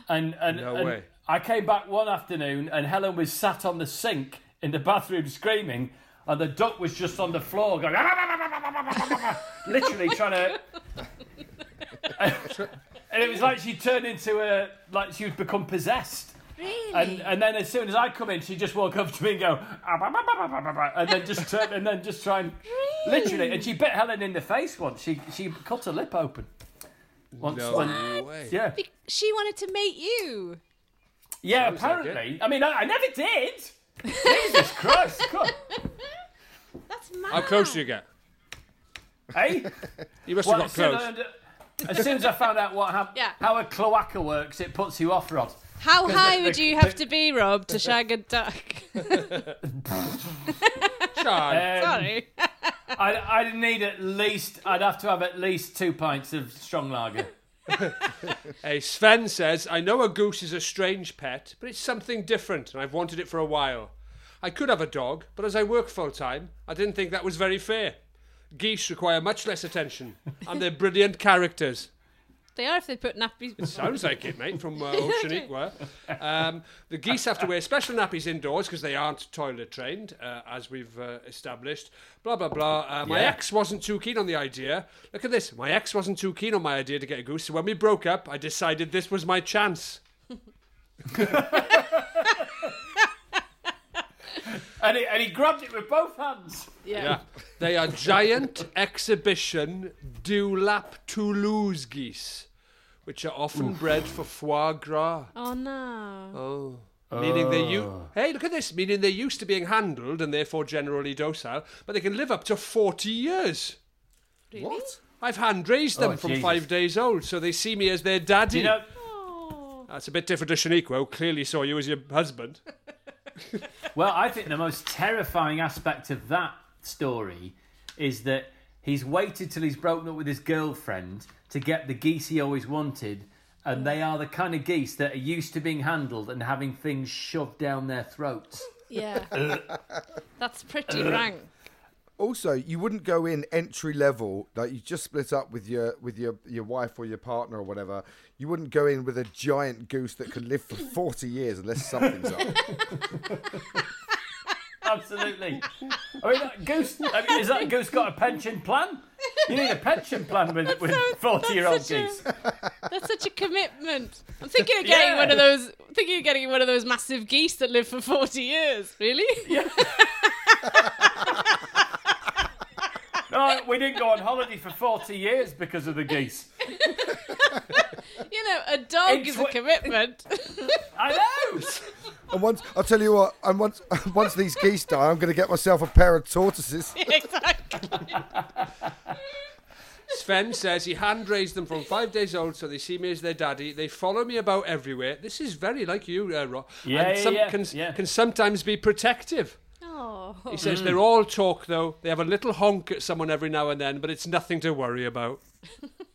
Speaker 7: And and,
Speaker 2: No
Speaker 7: and
Speaker 2: way.
Speaker 7: I came back one afternoon, and Helen was sat on the sink in the bathroom screaming, and the duck was just on the floor going, "Ah, literally trying to and it was like she turned into a like she would become possessed. Really? And and then as soon as I come in, she just walk up to me and go, "Ah, bah, bah, bah, bah, bah, bah," and then just turn and then just try and literally.
Speaker 2: Mm.
Speaker 7: And she bit Helen in the face once. She she cut her lip open. Once,
Speaker 2: No
Speaker 7: when-
Speaker 2: way.
Speaker 7: yeah,
Speaker 6: Be- She wanted to mate you.
Speaker 7: yeah.
Speaker 2: Sounds like it.
Speaker 7: Apparently, I mean, I, I never did. Jesus Christ! God.
Speaker 6: That's
Speaker 2: How close do you get?
Speaker 7: Hey?
Speaker 2: You must have
Speaker 7: Well,
Speaker 2: got close.
Speaker 7: as soon As, as soon as I found out what hap-
Speaker 6: Yeah.
Speaker 7: how a cloaca works, it puts you off, Rod.
Speaker 6: How
Speaker 7: 'Cause
Speaker 6: high
Speaker 7: the-
Speaker 6: would
Speaker 7: the-
Speaker 6: you have to be, Rob, to shag a duck?
Speaker 7: Um,
Speaker 6: Sorry.
Speaker 7: I'd, I'd need at least. I'd have to have at least two pints of strong lager.
Speaker 2: Hey, Sven says, I know a goose is a strange pet, but it's something different, and I've wanted it for a while. I could have a dog, but as I work full time, I didn't think that was very fair. Geese require much less attention, and they're brilliant characters.
Speaker 6: They are if they put nappies.
Speaker 2: Sounds like it, mate, from uh, Oceaniqua. Um, the geese have to wear special nappies indoors because they aren't toilet trained, uh, as we've uh, established. Blah, blah, blah. Uh, my
Speaker 7: Yeah.
Speaker 2: ex wasn't too keen on the idea. Look at this. My ex wasn't too keen on my idea to get a goose, so when we broke up, I decided this was my chance.
Speaker 7: And he, and he grabbed it with both hands.
Speaker 2: Yeah. They are giant exhibition Dewlap Toulouse geese, which are often bred for foie gras.
Speaker 6: Oh no.
Speaker 2: Oh. Meaning they
Speaker 7: Ah.
Speaker 2: u- hey, look at this. Meaning they're used to being handled and therefore generally docile, but they can live up to forty years.
Speaker 5: What?
Speaker 2: I've hand raised them
Speaker 7: Oh,
Speaker 2: from
Speaker 7: Jesus.
Speaker 2: five days old, so they see me as their daddy.
Speaker 7: You know,
Speaker 6: Oh.
Speaker 2: That's a bit different to Shaniqua, who clearly saw you as your husband.
Speaker 7: well, I think the most terrifying aspect of that story is that he's waited till he's broken up with his girlfriend to get the geese he always wanted, and they are the kind of geese that are used to being handled and having things shoved down their throats.
Speaker 6: Yeah. That's pretty rank.
Speaker 5: Also, you wouldn't go in entry level. Like you just split up with your with your your wife or your partner or whatever. You wouldn't go in with a giant goose that could live for forty years unless something's up.
Speaker 7: Absolutely. I mean, that goose. I mean, is that goose got a pension plan? You need a pension plan with with forty year old
Speaker 6: such a-
Speaker 7: geese.
Speaker 6: That's such a commitment. I'm thinking of getting
Speaker 7: Yeah.
Speaker 6: one of those. Thinking of getting one of those massive geese that live for 40 years. Really? Yeah.
Speaker 7: No, we didn't go on holiday for forty years because of the geese.
Speaker 6: You know, a dog
Speaker 7: In
Speaker 6: is
Speaker 7: twe-
Speaker 6: a commitment.
Speaker 7: I know.
Speaker 5: and once I'll tell you what. And once once these geese die, I'm going to get myself a pair of tortoises.
Speaker 6: exactly.
Speaker 2: Sven says he hand raised them from five days old, so they see me as their daddy. They follow me about everywhere. This is very like you, uh, Rob.
Speaker 7: Yeah,
Speaker 2: and
Speaker 7: yeah,
Speaker 2: some
Speaker 7: yeah,
Speaker 2: can,
Speaker 7: yeah. Mm.
Speaker 2: can sometimes be protective.
Speaker 6: Oh.
Speaker 2: He says they're all talk though. They have a little honk at someone every now and then, but it's nothing to worry about.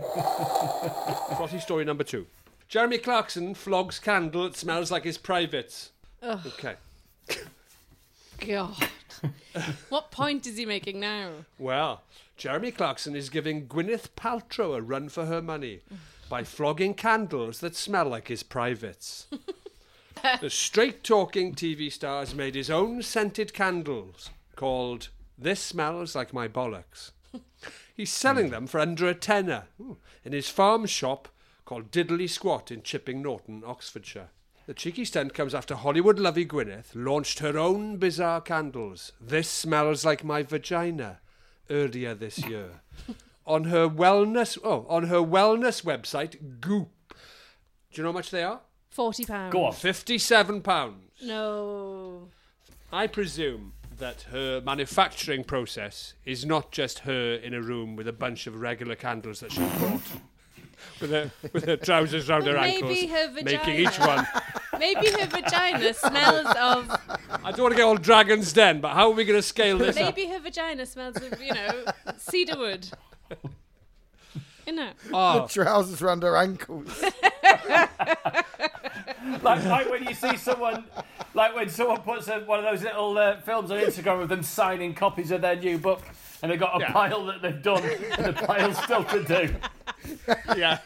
Speaker 2: Plotty story number two. Jeremy Clarkson flogs candle that smells like his privates. Okay.
Speaker 6: God. what point is he making now?
Speaker 2: Well, Jeremy Clarkson is giving Gwyneth Paltrow a run for her money by flogging candles that smell like his privates. the straight talking TV star has made his own scented candles called This Smells Like My Bollocks. He's selling them for under a tenner in his farm shop called Diddley Squat in Chipping Norton, Oxfordshire. The cheeky stunt comes after Hollywood lovey Gwyneth launched her own bizarre candles, This Smells Like My Vagina, earlier this year. on her wellness oh, on her wellness website, Goop. Do you know how much they are?
Speaker 4: Forty pounds.
Speaker 6: Oh.
Speaker 2: Fifty-seven pounds.
Speaker 4: No.
Speaker 2: I presume that her manufacturing process is not just her in a room with a bunch of regular candles that she bought. With her, with her trousers round
Speaker 6: Well,
Speaker 2: her
Speaker 6: maybe
Speaker 2: ankles,
Speaker 6: her
Speaker 2: making
Speaker 6: vagina.
Speaker 2: each one.
Speaker 6: Maybe her vagina smells of.
Speaker 2: I don't want to get all Dragon's Den, but how are we going to scale this up?
Speaker 6: Maybe her vagina smells of you know cedarwood. You know.
Speaker 2: Oh.
Speaker 5: The trousers around her ankles.
Speaker 7: like, like when you see someone, like when someone puts a, one of those little uh, films on Instagram of them signing copies of their new book, and they've got a
Speaker 2: Yeah.
Speaker 7: pile that they've done, and the pile's still to do.
Speaker 2: yeah.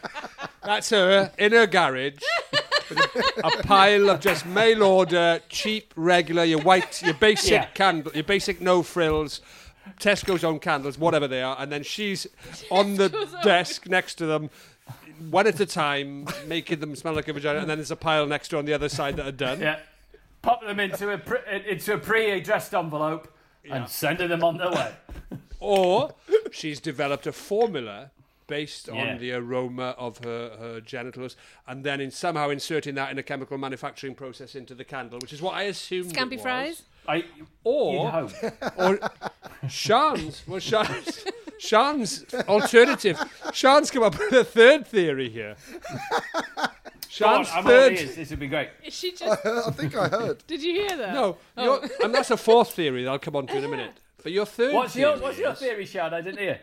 Speaker 2: That's her uh, in her garage. with a a pile of just mail order, cheap, regular, your white, your basic
Speaker 7: Yeah.
Speaker 2: candle, your basic no frills, Tesco's own candles, whatever they are, and then she's on the
Speaker 7: Tesco's own.
Speaker 2: desk next to them, one at a time, making them smell like a vagina, and then there's a pile next to her on the other side that are done.
Speaker 7: Yeah, pop them into a pre- into a pre-addressed envelope and sending them on their way.
Speaker 2: Or she's developed a formula based
Speaker 7: Yeah.
Speaker 2: on the aroma of her, her genitals and then in somehow inserting that in a chemical manufacturing process into the candle, which is what I assumed. it
Speaker 6: Scampi
Speaker 2: was.
Speaker 6: fries?
Speaker 7: I,
Speaker 2: or,
Speaker 7: you'd
Speaker 2: or Sean's, well, Sean's, Sean's alternative. Sean's come up with a third theory here.
Speaker 7: Go on,
Speaker 2: Sean's
Speaker 7: I'm all
Speaker 2: third.
Speaker 7: ears. This would be great.
Speaker 6: Is she just?
Speaker 2: I think I heard.
Speaker 6: Did you hear that?
Speaker 2: No,
Speaker 6: Oh.
Speaker 2: your- and that's a fourth theory that I'll come on to in a minute. But your third
Speaker 7: What's
Speaker 2: theory
Speaker 7: your What's your
Speaker 2: is-
Speaker 7: theory, Shad? I didn't hear.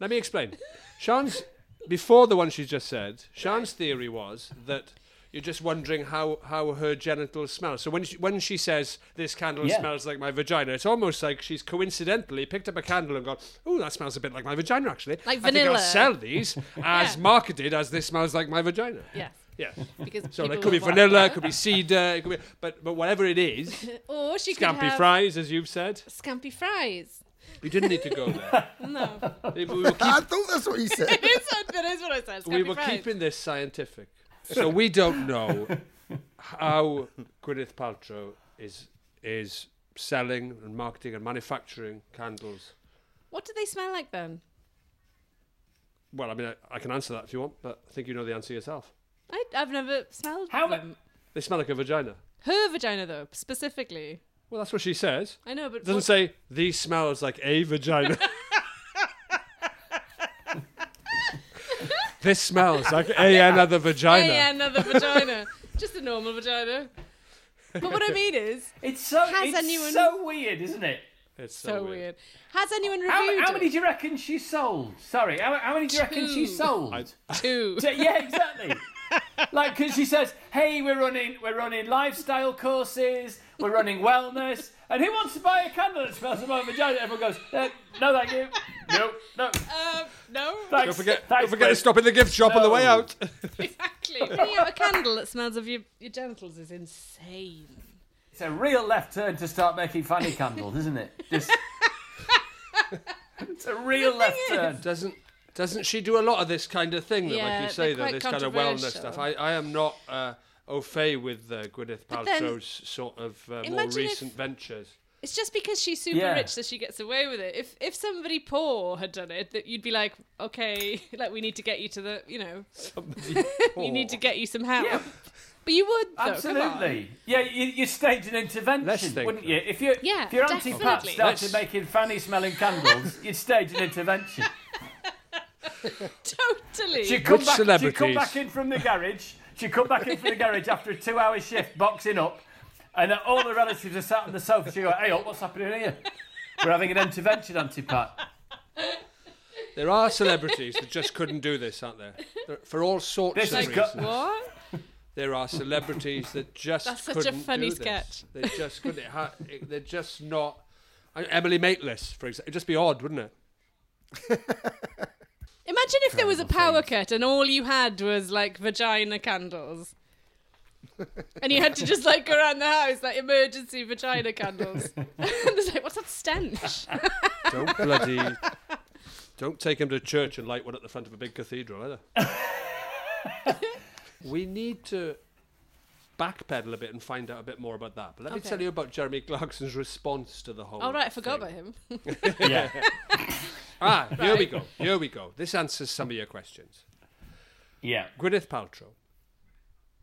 Speaker 2: Let me explain. Sean's before the one she's just said. Sean's theory was that you're just wondering how, how her genitals smell. So when she, when she says this candle
Speaker 7: Yeah.
Speaker 2: smells like my vagina, it's almost like she's coincidentally picked up a candle and gone, "Oh, that smells a bit like my vagina, actually."
Speaker 6: Like
Speaker 2: I think I'll
Speaker 6: vanilla."
Speaker 2: sell these as marketed as this smells like my vagina.
Speaker 6: Yes.
Speaker 2: Yeah.
Speaker 6: Because
Speaker 2: So
Speaker 6: people
Speaker 2: it could be
Speaker 6: will buy
Speaker 2: vanilla,
Speaker 6: that.
Speaker 2: it could be cedar, it could be, but but whatever it is,
Speaker 6: Or she could
Speaker 2: scampy
Speaker 6: have
Speaker 2: fries, as you've said.
Speaker 6: Scampy fries.
Speaker 2: We didn't need to go there.
Speaker 6: No.
Speaker 2: We will keep-
Speaker 5: I thought that's what you said.
Speaker 6: It is what- that is what I said. Scampy
Speaker 2: we were
Speaker 6: fries.
Speaker 2: keeping this scientific, so we don't know how Gwyneth Paltrow is is selling and marketing and manufacturing candles.
Speaker 6: What do they smell like then?
Speaker 2: Well, I mean, I, I can answer that if you want, but I think you know the answer yourself.
Speaker 6: I, I've never smelled them.
Speaker 2: They smell like a vagina.
Speaker 6: Her vagina though, specifically.
Speaker 2: Well, that's what she says.
Speaker 6: I know, but
Speaker 2: It doesn't
Speaker 6: what-
Speaker 2: say these smells like a vagina. this smells like a another vagina.
Speaker 6: Yeah, yeah, another vagina. Just a normal vagina. But what I mean is,
Speaker 7: it's so
Speaker 6: has
Speaker 7: it's
Speaker 6: anyone
Speaker 7: so weird, isn't it?
Speaker 2: It's
Speaker 6: so, weird. Has anyone
Speaker 7: How,
Speaker 6: reviewed?
Speaker 7: how many do you reckon she sold? Sorry, how, how many do you reckon
Speaker 6: Two.
Speaker 7: she sold?
Speaker 6: Two.
Speaker 7: yeah, exactly. like, because she says, "Hey, we're running, we're running lifestyle courses, we're running wellness, and who wants to buy a candle that smells of my vagina?" Everyone goes, uh, "No, thank you. No, no."
Speaker 6: Um, no.
Speaker 7: Thanks.
Speaker 2: Don't forget,
Speaker 7: Thanks,
Speaker 2: don't forget to
Speaker 7: Chris.
Speaker 2: stop in the gift shop on the way
Speaker 7: No.
Speaker 2: out.
Speaker 6: Exactly. Putting out a candle that smells of your, your genitals is insane.
Speaker 7: It's a real left turn to start making fanny candles, isn't it? Just. it's a real left turn.
Speaker 2: Doesn't doesn't she do a lot of this kind of thing? Though,
Speaker 6: Yeah,
Speaker 2: like you say,
Speaker 6: they're
Speaker 2: though,
Speaker 6: quite
Speaker 2: this kind of wellness
Speaker 6: controversial.
Speaker 2: stuff. I, I am not uh, au fait with uh, Gwyneth
Speaker 6: But then-
Speaker 2: Paltrow's sort of uh, more
Speaker 6: Imagine if-
Speaker 2: recent ventures.
Speaker 6: It's just because she's super
Speaker 2: Yeah.
Speaker 6: rich that she gets away with it. If if somebody poor had done it, that you'd be like, okay, like we need to get you to the, you know, we need to
Speaker 2: poor.
Speaker 6: get you some help. But you would though, come on.
Speaker 7: Absolutely. Yeah, you, you stage an intervention,
Speaker 2: think,
Speaker 7: wouldn't you? If, you,
Speaker 6: Yeah,
Speaker 7: if your auntie Pat
Speaker 6: definitely.
Speaker 7: started
Speaker 6: Let's-
Speaker 7: making fanny smelling candles, you'd stage an intervention.
Speaker 6: Totally.
Speaker 7: She'd come, back, she'd come back in from the garage. She'd come back in from the garage after a two hour shift boxing up, and then all the relatives are sat on the sofa. She'd go, Hey, up, what's happening here? We're having an intervention, Auntie Pat.
Speaker 2: There are celebrities that just couldn't do this, aren't there? There- For all sorts
Speaker 7: This
Speaker 2: of
Speaker 7: has
Speaker 2: reasons.
Speaker 7: got-
Speaker 6: What?
Speaker 2: There are celebrities that just
Speaker 6: That's such a
Speaker 2: couldn't
Speaker 6: funny
Speaker 2: do this.
Speaker 6: sketch.
Speaker 2: They just couldn't. It ha- it- they're just not. I Emily Maitlis, for example, it'd just be odd, wouldn't it?
Speaker 6: Imagine if there was a power cut and all you had was like vagina candles. And you had to just like go around the house like emergency vagina candles. and it's like, what's that stench?
Speaker 2: Don't bloody. Don't take him to church and light one at the front of a big cathedral either. we need to backpedal a bit and find out a bit more about that. But let me
Speaker 6: Okay.
Speaker 2: tell you about Jeremy Clarkson's response to the whole.
Speaker 6: oh right, I forgot
Speaker 2: thing.
Speaker 6: about him.
Speaker 2: yeah. ah, here we
Speaker 6: Right.
Speaker 2: go. Here we go. This answers some of your questions.
Speaker 7: Yeah.
Speaker 2: Gwyneth Paltrow,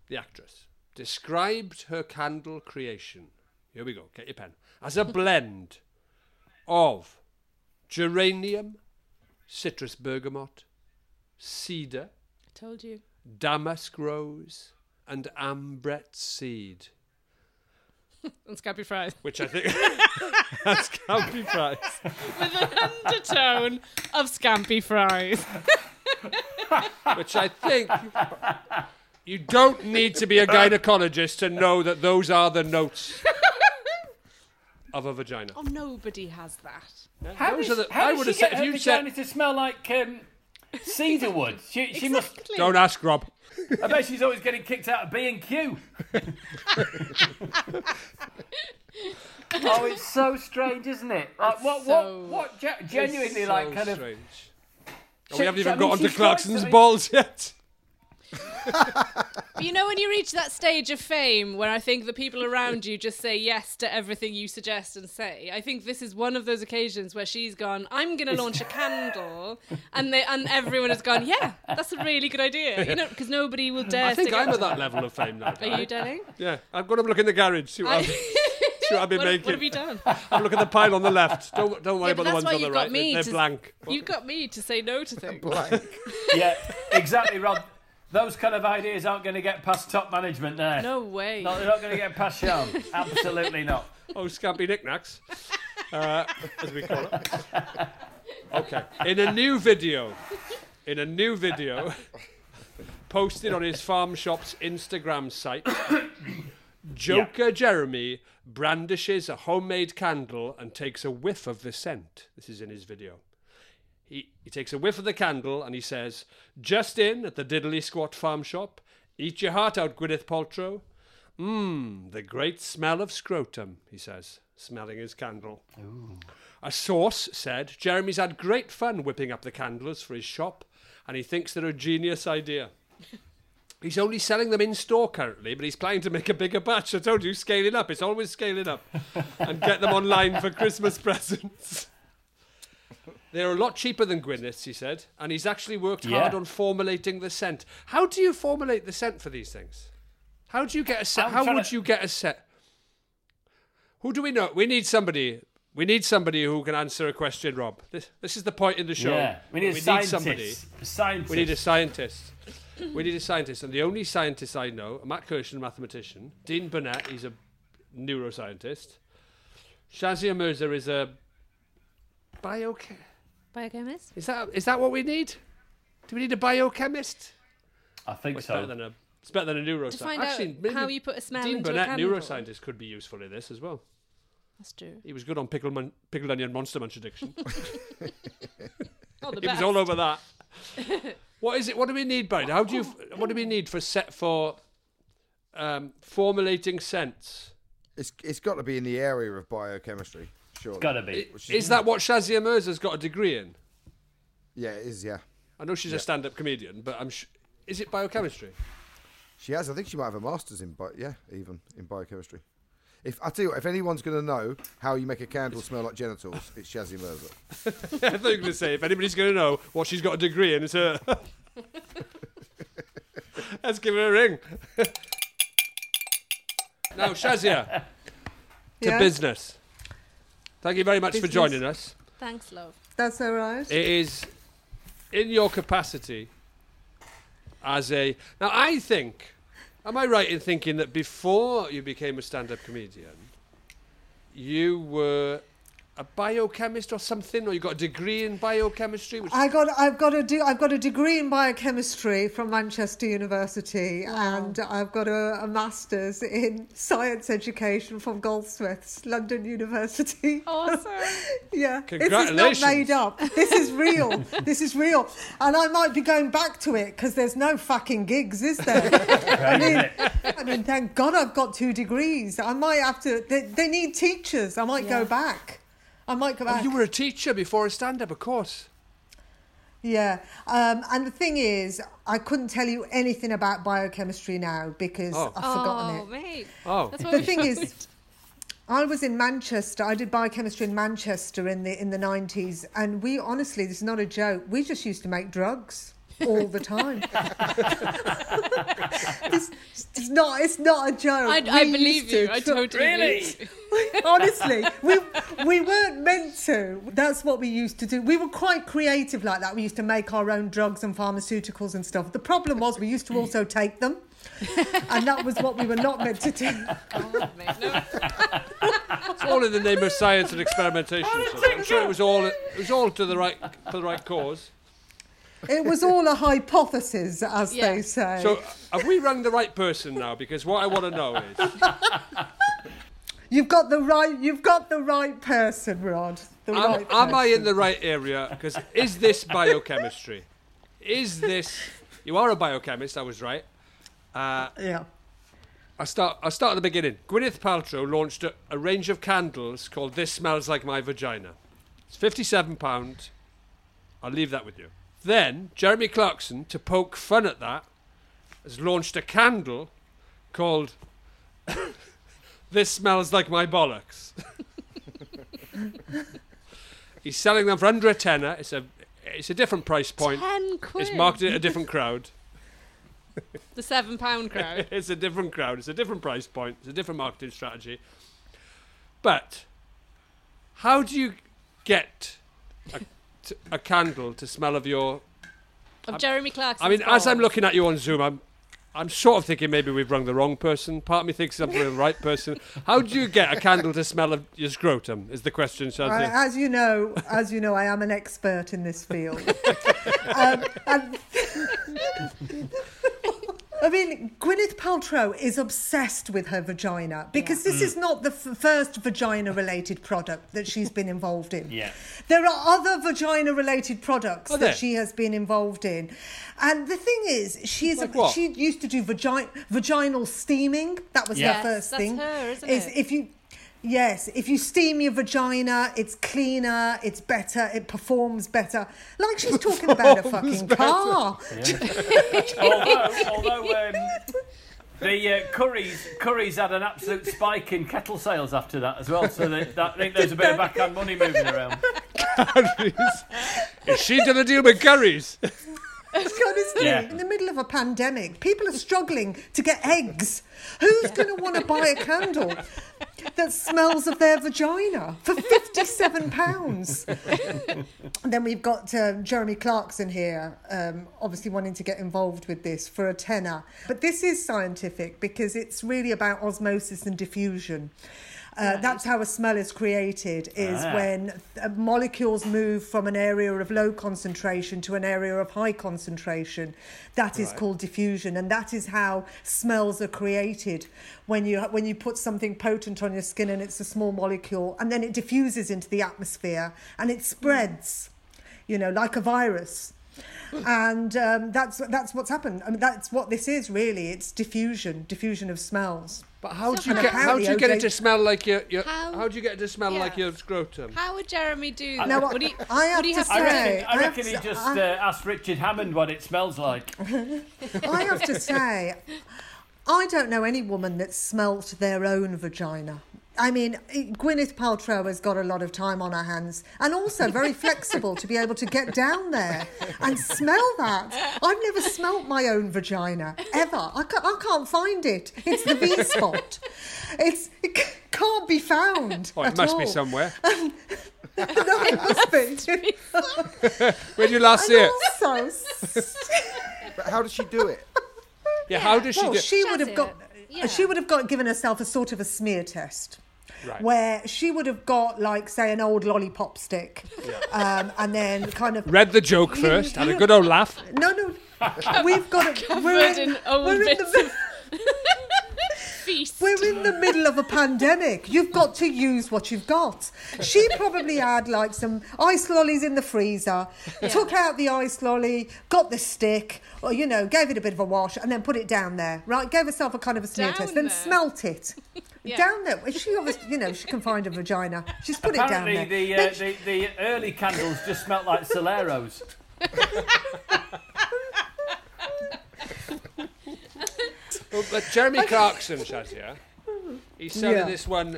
Speaker 2: the actress, described her candle creation. Here we go. Get your pen. As a blend of geranium, citrus bergamot, cedar,
Speaker 6: Told you.
Speaker 2: damask rose, and ambrette seed.
Speaker 6: And scabby fries.
Speaker 2: Which I think that's Campy Price.
Speaker 6: With an undertone of scampy fries.
Speaker 2: Which I think you don't need to be a gynecologist to know that those are the notes of a vagina.
Speaker 6: Oh, nobody has that.
Speaker 7: How
Speaker 2: Those
Speaker 7: does-
Speaker 2: are the-
Speaker 7: how
Speaker 2: I
Speaker 7: does
Speaker 2: would
Speaker 7: she
Speaker 2: have said
Speaker 7: get
Speaker 2: if
Speaker 7: her
Speaker 2: you'd said-
Speaker 7: vagina to smell like um, cedar wood? She, she must.
Speaker 6: Exactly.
Speaker 2: Don't ask Rob.
Speaker 7: I bet she's always getting kicked out of B and Q. Oh, it's so strange, isn't it? Like, what,
Speaker 2: so-
Speaker 7: what, what? ge-
Speaker 2: it's
Speaker 7: Genuinely, like,
Speaker 2: so
Speaker 7: kind of.
Speaker 2: strange. And
Speaker 7: She-
Speaker 2: we haven't
Speaker 7: I
Speaker 2: even
Speaker 7: mean,
Speaker 2: got onto
Speaker 7: she's tried
Speaker 2: Clarkson's
Speaker 7: something-
Speaker 2: balls yet.
Speaker 6: But you know when you reach that stage of fame where I think the people around you just say yes to everything you suggest and say. I think this is one of those occasions where she's gone, I'm going to launch a candle, and they and everyone has gone, yeah, that's a really good idea. You know, because nobody will dare.
Speaker 2: I think
Speaker 6: stick up
Speaker 2: I'm
Speaker 6: to
Speaker 2: at that level of fame now.
Speaker 6: Are you darling?
Speaker 2: Yeah, I've got to look in the garage. See what,
Speaker 6: I-
Speaker 2: I've, see what I've been
Speaker 6: What,
Speaker 2: making.
Speaker 6: what have you done?
Speaker 2: I'll look at the pile on the left. Don't don't worry
Speaker 6: Yeah, but
Speaker 2: about the
Speaker 6: that's
Speaker 2: ones
Speaker 6: why
Speaker 2: on the
Speaker 6: you've got
Speaker 2: right.
Speaker 6: me
Speaker 2: They're
Speaker 6: to-
Speaker 2: blank.
Speaker 6: You've got me to say no to things.
Speaker 7: yeah, exactly, Rob. Those kind of ideas aren't going to get past top management there.
Speaker 6: No way.
Speaker 7: No, they're not going to get past Sean. Absolutely not.
Speaker 2: Oh, scampy knickknacks, uh, as we call it. Okay. In a new video, in a new video posted on his farm shop's Instagram site, Joker Jeremy brandishes a homemade candle and takes a whiff of the scent. This is in his video. He, he takes a whiff of the candle and he says, Just in at the diddly squat farm shop, eat your heart out, Gwyneth Paltrow. Mmm, the great smell of scrotum, he says, smelling his candle. A source said Jeremy's had great fun whipping up the candles for his shop, and he thinks they're a genius idea. He's only selling them in store currently, but he's planning to make a bigger batch. I told you, scaling up. It's always scaling up. and get them online for Christmas presents. They're a lot cheaper than Gwyneth's, he said, and he's actually worked
Speaker 7: Yeah.
Speaker 2: hard on formulating the scent. How do you formulate the scent for these things? How do you get a set?
Speaker 7: I'm
Speaker 2: How
Speaker 7: trying
Speaker 2: would
Speaker 7: to-
Speaker 2: you get a set? Who do we know? We need somebody. We need somebody who can answer a question, Rob. This, this is the point in the show.
Speaker 7: Yeah, we need a scientist. A scientist.
Speaker 2: We need a scientist. we need a scientist, and the only scientist I know, Matt Kirshen, mathematician. Dean Burnett, he's a neuroscientist. Shazia Mirza is a biochem.
Speaker 4: Biochemist?
Speaker 2: Is that is that what we need? Do we need a biochemist?
Speaker 7: I think
Speaker 2: Well, it's
Speaker 7: so.
Speaker 2: better than a it's better than a neuroscientist.
Speaker 6: To find out
Speaker 2: Actually, maybe
Speaker 6: how you put a smell
Speaker 2: Dean
Speaker 6: into a
Speaker 2: Burnett,
Speaker 6: candle.
Speaker 2: neuroscientist, could be useful in this as well.
Speaker 6: That's true.
Speaker 2: He was good on pickle mon- pickled onion monster munch addiction.
Speaker 6: Oh, the
Speaker 2: he was
Speaker 6: best.
Speaker 2: all over that. what is it? What do we need, Barry? How do you? f- What do we need for set for um, formulating scents?
Speaker 5: It's it's got to be in the area of biochemistry. Sure, it's
Speaker 7: gotta be.
Speaker 2: Is that what Shazia Mirza's got a degree in?
Speaker 5: Yeah, it is. Yeah,
Speaker 2: I know she's a
Speaker 5: Yeah.
Speaker 2: stand-up comedian, but I'm. Sh- is it biochemistry?
Speaker 5: she has. I think she might have a master's in bio. Yeah, even in biochemistry. If I tell you, what, if anyone's going to know how you make a candle smell like genitals, it's Shazzy Mirza.
Speaker 2: I thought you were going to say if anybody's going to know what she's got a degree in, it's her. Let's give her a ring. now, Shazia, to
Speaker 8: Yeah.
Speaker 2: business. Thank you very much
Speaker 8: Business.
Speaker 2: for joining us.
Speaker 6: Thanks, love.
Speaker 8: That's all right.
Speaker 2: It is in your capacity as a. Now, I think. Am I right in thinking that before you became a stand up comedian, you were a biochemist or something, or you got a degree in biochemistry? Which
Speaker 8: I got, I've got a, de- I've got a degree in biochemistry from Manchester University, and I've got a, a master's in science education from Goldsmiths, London University.
Speaker 6: Awesome!
Speaker 8: yeah, This is
Speaker 2: Congratulations.
Speaker 8: not made up. This is real. this is real, and I might be going back to it because there's no fucking gigs, is there? I mean, I mean, thank God I've got two degrees. I might have to. They, they need teachers. I might go back. I might go
Speaker 2: Oh,
Speaker 8: back.
Speaker 2: you were a teacher before a stand-up, of course.
Speaker 8: Yeah. Um, and the thing is, I couldn't tell you anything about biochemistry now because
Speaker 2: Oh.
Speaker 8: I've forgotten
Speaker 6: oh,
Speaker 8: it.
Speaker 6: mate.
Speaker 2: Oh.
Speaker 6: That's what
Speaker 8: the
Speaker 6: we
Speaker 8: thing
Speaker 6: always
Speaker 8: is, I was in Manchester. I did biochemistry in Manchester in the in the nineties, and we honestly, this is not a joke. We just used to make drugs all the time. it's, it's not. It's not a joke.
Speaker 6: I,
Speaker 8: We
Speaker 6: I
Speaker 8: used
Speaker 6: believe
Speaker 8: to
Speaker 6: you. I
Speaker 8: tr-
Speaker 6: totally believe you.
Speaker 8: Honestly, we we weren't meant to. That's what we used to do. We were quite creative like that. We used to make our own drugs and pharmaceuticals and stuff. The problem was we used to also take them, and that was what we were not meant to do.
Speaker 2: It's all in the name of science and experimentation. so I'm sure it was all it was all to the right for the right cause.
Speaker 8: It was all a hypothesis, as they say.
Speaker 2: So uh, have we rung the right person now? Because what I want to know is,
Speaker 8: you've got the right. You've got the right person, Rod. The
Speaker 2: am,
Speaker 8: right
Speaker 2: am I
Speaker 8: person.
Speaker 2: in the right area? Because is this biochemistry? Is this? You are a biochemist. I was right. Uh,
Speaker 8: yeah.
Speaker 2: I start. I start at the beginning. Gwyneth Paltrow launched a, a range of candles called "This Smells Like My Vagina." It's fifty-seven pound. I'll leave that with you. Then Jeremy Clarkson, to poke fun at that, has launched a candle called "This Smells Like My Bollocks." He's selling them for under a tenner. It's a it's a different price point.
Speaker 6: Ten quid.
Speaker 2: It's marketed at a different crowd.
Speaker 6: The seven pound crowd.
Speaker 2: it's a different crowd. It's a different price point. It's a different marketing strategy. But how do you get a, t- a candle to smell of your?
Speaker 6: Of Jeremy Clarkson.
Speaker 2: I mean, as I'm looking at you on Zoom, I'm. I'm sort of thinking maybe we've rung the wrong person. Part of me thinks I'm the right person. How do you get a candle to smell of your scrotum? Is the question, Shazia?
Speaker 8: Right, as you know, as you know, I am an expert in this field. um, and- I mean, Gwyneth Paltrow is obsessed with her vagina because
Speaker 9: Mm.
Speaker 8: this is not the f- first vagina-related product that she's been involved in.
Speaker 9: Yeah.
Speaker 8: There are other vagina related products
Speaker 9: Are
Speaker 8: that
Speaker 9: there?
Speaker 8: she has been involved in. And the thing is, she is
Speaker 9: Like what?
Speaker 8: she used to do vagi- vaginal steaming. That was
Speaker 9: Yes,
Speaker 8: her first
Speaker 6: that's
Speaker 8: thing.
Speaker 6: her, isn't
Speaker 8: is
Speaker 6: it?
Speaker 8: if you Yes, if you steam your vagina, it's cleaner, it's better, it performs better. Like she's talking about a
Speaker 7: Performs
Speaker 8: fucking
Speaker 7: better.
Speaker 8: car.
Speaker 7: although, although um, the uh, curries curries had an absolute spike in kettle sales after that as well. So they, that, I think there's a bit of backhand money moving around.
Speaker 2: Is she done a deal with curries?
Speaker 8: Honestly,
Speaker 2: Yeah.
Speaker 8: in the middle of a pandemic, people are struggling to get eggs. Who's going to want to buy a candle that smells of their vagina for fifty-seven pounds? And then we've got um, Jeremy Clarkson here, um, obviously wanting to get involved with this for a tenner. But this is scientific because it's really about osmosis and diffusion. Uh, That's how a smell is created, is
Speaker 9: Ah.
Speaker 8: when uh, molecules move from an area of low concentration to an area of high concentration. That is
Speaker 9: Right.
Speaker 8: called diffusion, and that is how smells are created. When you, when you put something potent on your skin and it's a small molecule, and then it diffuses into the atmosphere and it spreads you know, like a virus. And um, that's that's what's happened. I mean, that's what this is really. It's diffusion, diffusion of smells.
Speaker 2: But how do you get how do you get it to smell like your, your how, do you get it to smell
Speaker 6: yeah.
Speaker 2: like your scrotum?
Speaker 6: How would Jeremy do that?
Speaker 2: I- Now,
Speaker 6: would he,
Speaker 8: I have
Speaker 6: would he
Speaker 8: to
Speaker 6: have
Speaker 7: I
Speaker 8: Hey,
Speaker 7: reckon,
Speaker 8: I
Speaker 7: I reckon
Speaker 8: have
Speaker 7: he
Speaker 8: s-
Speaker 7: just
Speaker 8: I-
Speaker 7: uh, asked Richard Hammond what it smells like.
Speaker 8: I have to say, I don't know any woman that smelt their own vagina. I mean, Gwyneth Paltrow has got a lot of time on her hands and also very flexible to be able to get down there and smell that. I've never smelt my own vagina, ever. I can't, I can't find it. It's the V spot. It's, it c- can't be found.
Speaker 2: Oh, it
Speaker 8: at
Speaker 2: must be
Speaker 8: all.
Speaker 2: somewhere.
Speaker 8: no, it must be.
Speaker 2: Where did you last see it?
Speaker 8: So s-
Speaker 5: But how does she do it?
Speaker 2: Yeah, how does she
Speaker 8: well,
Speaker 2: do
Speaker 8: she would have
Speaker 2: it?
Speaker 8: got. She would have got given herself a sort of a smear test.
Speaker 2: Right.
Speaker 8: Where she would have got, like, say, an old lollipop stick, um, and then kind of
Speaker 2: Read the joke first, had a good old laugh.
Speaker 8: No, no, we've got it.
Speaker 6: Covered
Speaker 8: We're in,
Speaker 6: in old
Speaker 8: we're in
Speaker 6: bits
Speaker 8: the We're in the middle of a pandemic. You've got to use what you've got. She probably had like some ice lollies in the freezer, took out the ice lolly, got the stick, or you know, gave it a bit of a wash, and then put it down there. Right, gave herself a kind of a smear
Speaker 6: Down
Speaker 8: test, then
Speaker 6: there.
Speaker 8: smelt it.
Speaker 6: Yeah.
Speaker 8: Down there, she obviously, you know, she can find a vagina. She's put
Speaker 7: Apparently,
Speaker 8: it down there.
Speaker 7: the, uh, the the early candles just smelt like Soleros.
Speaker 2: Well, but Jeremy Clarkson, Shazia, he's selling
Speaker 8: Yeah.
Speaker 2: this one.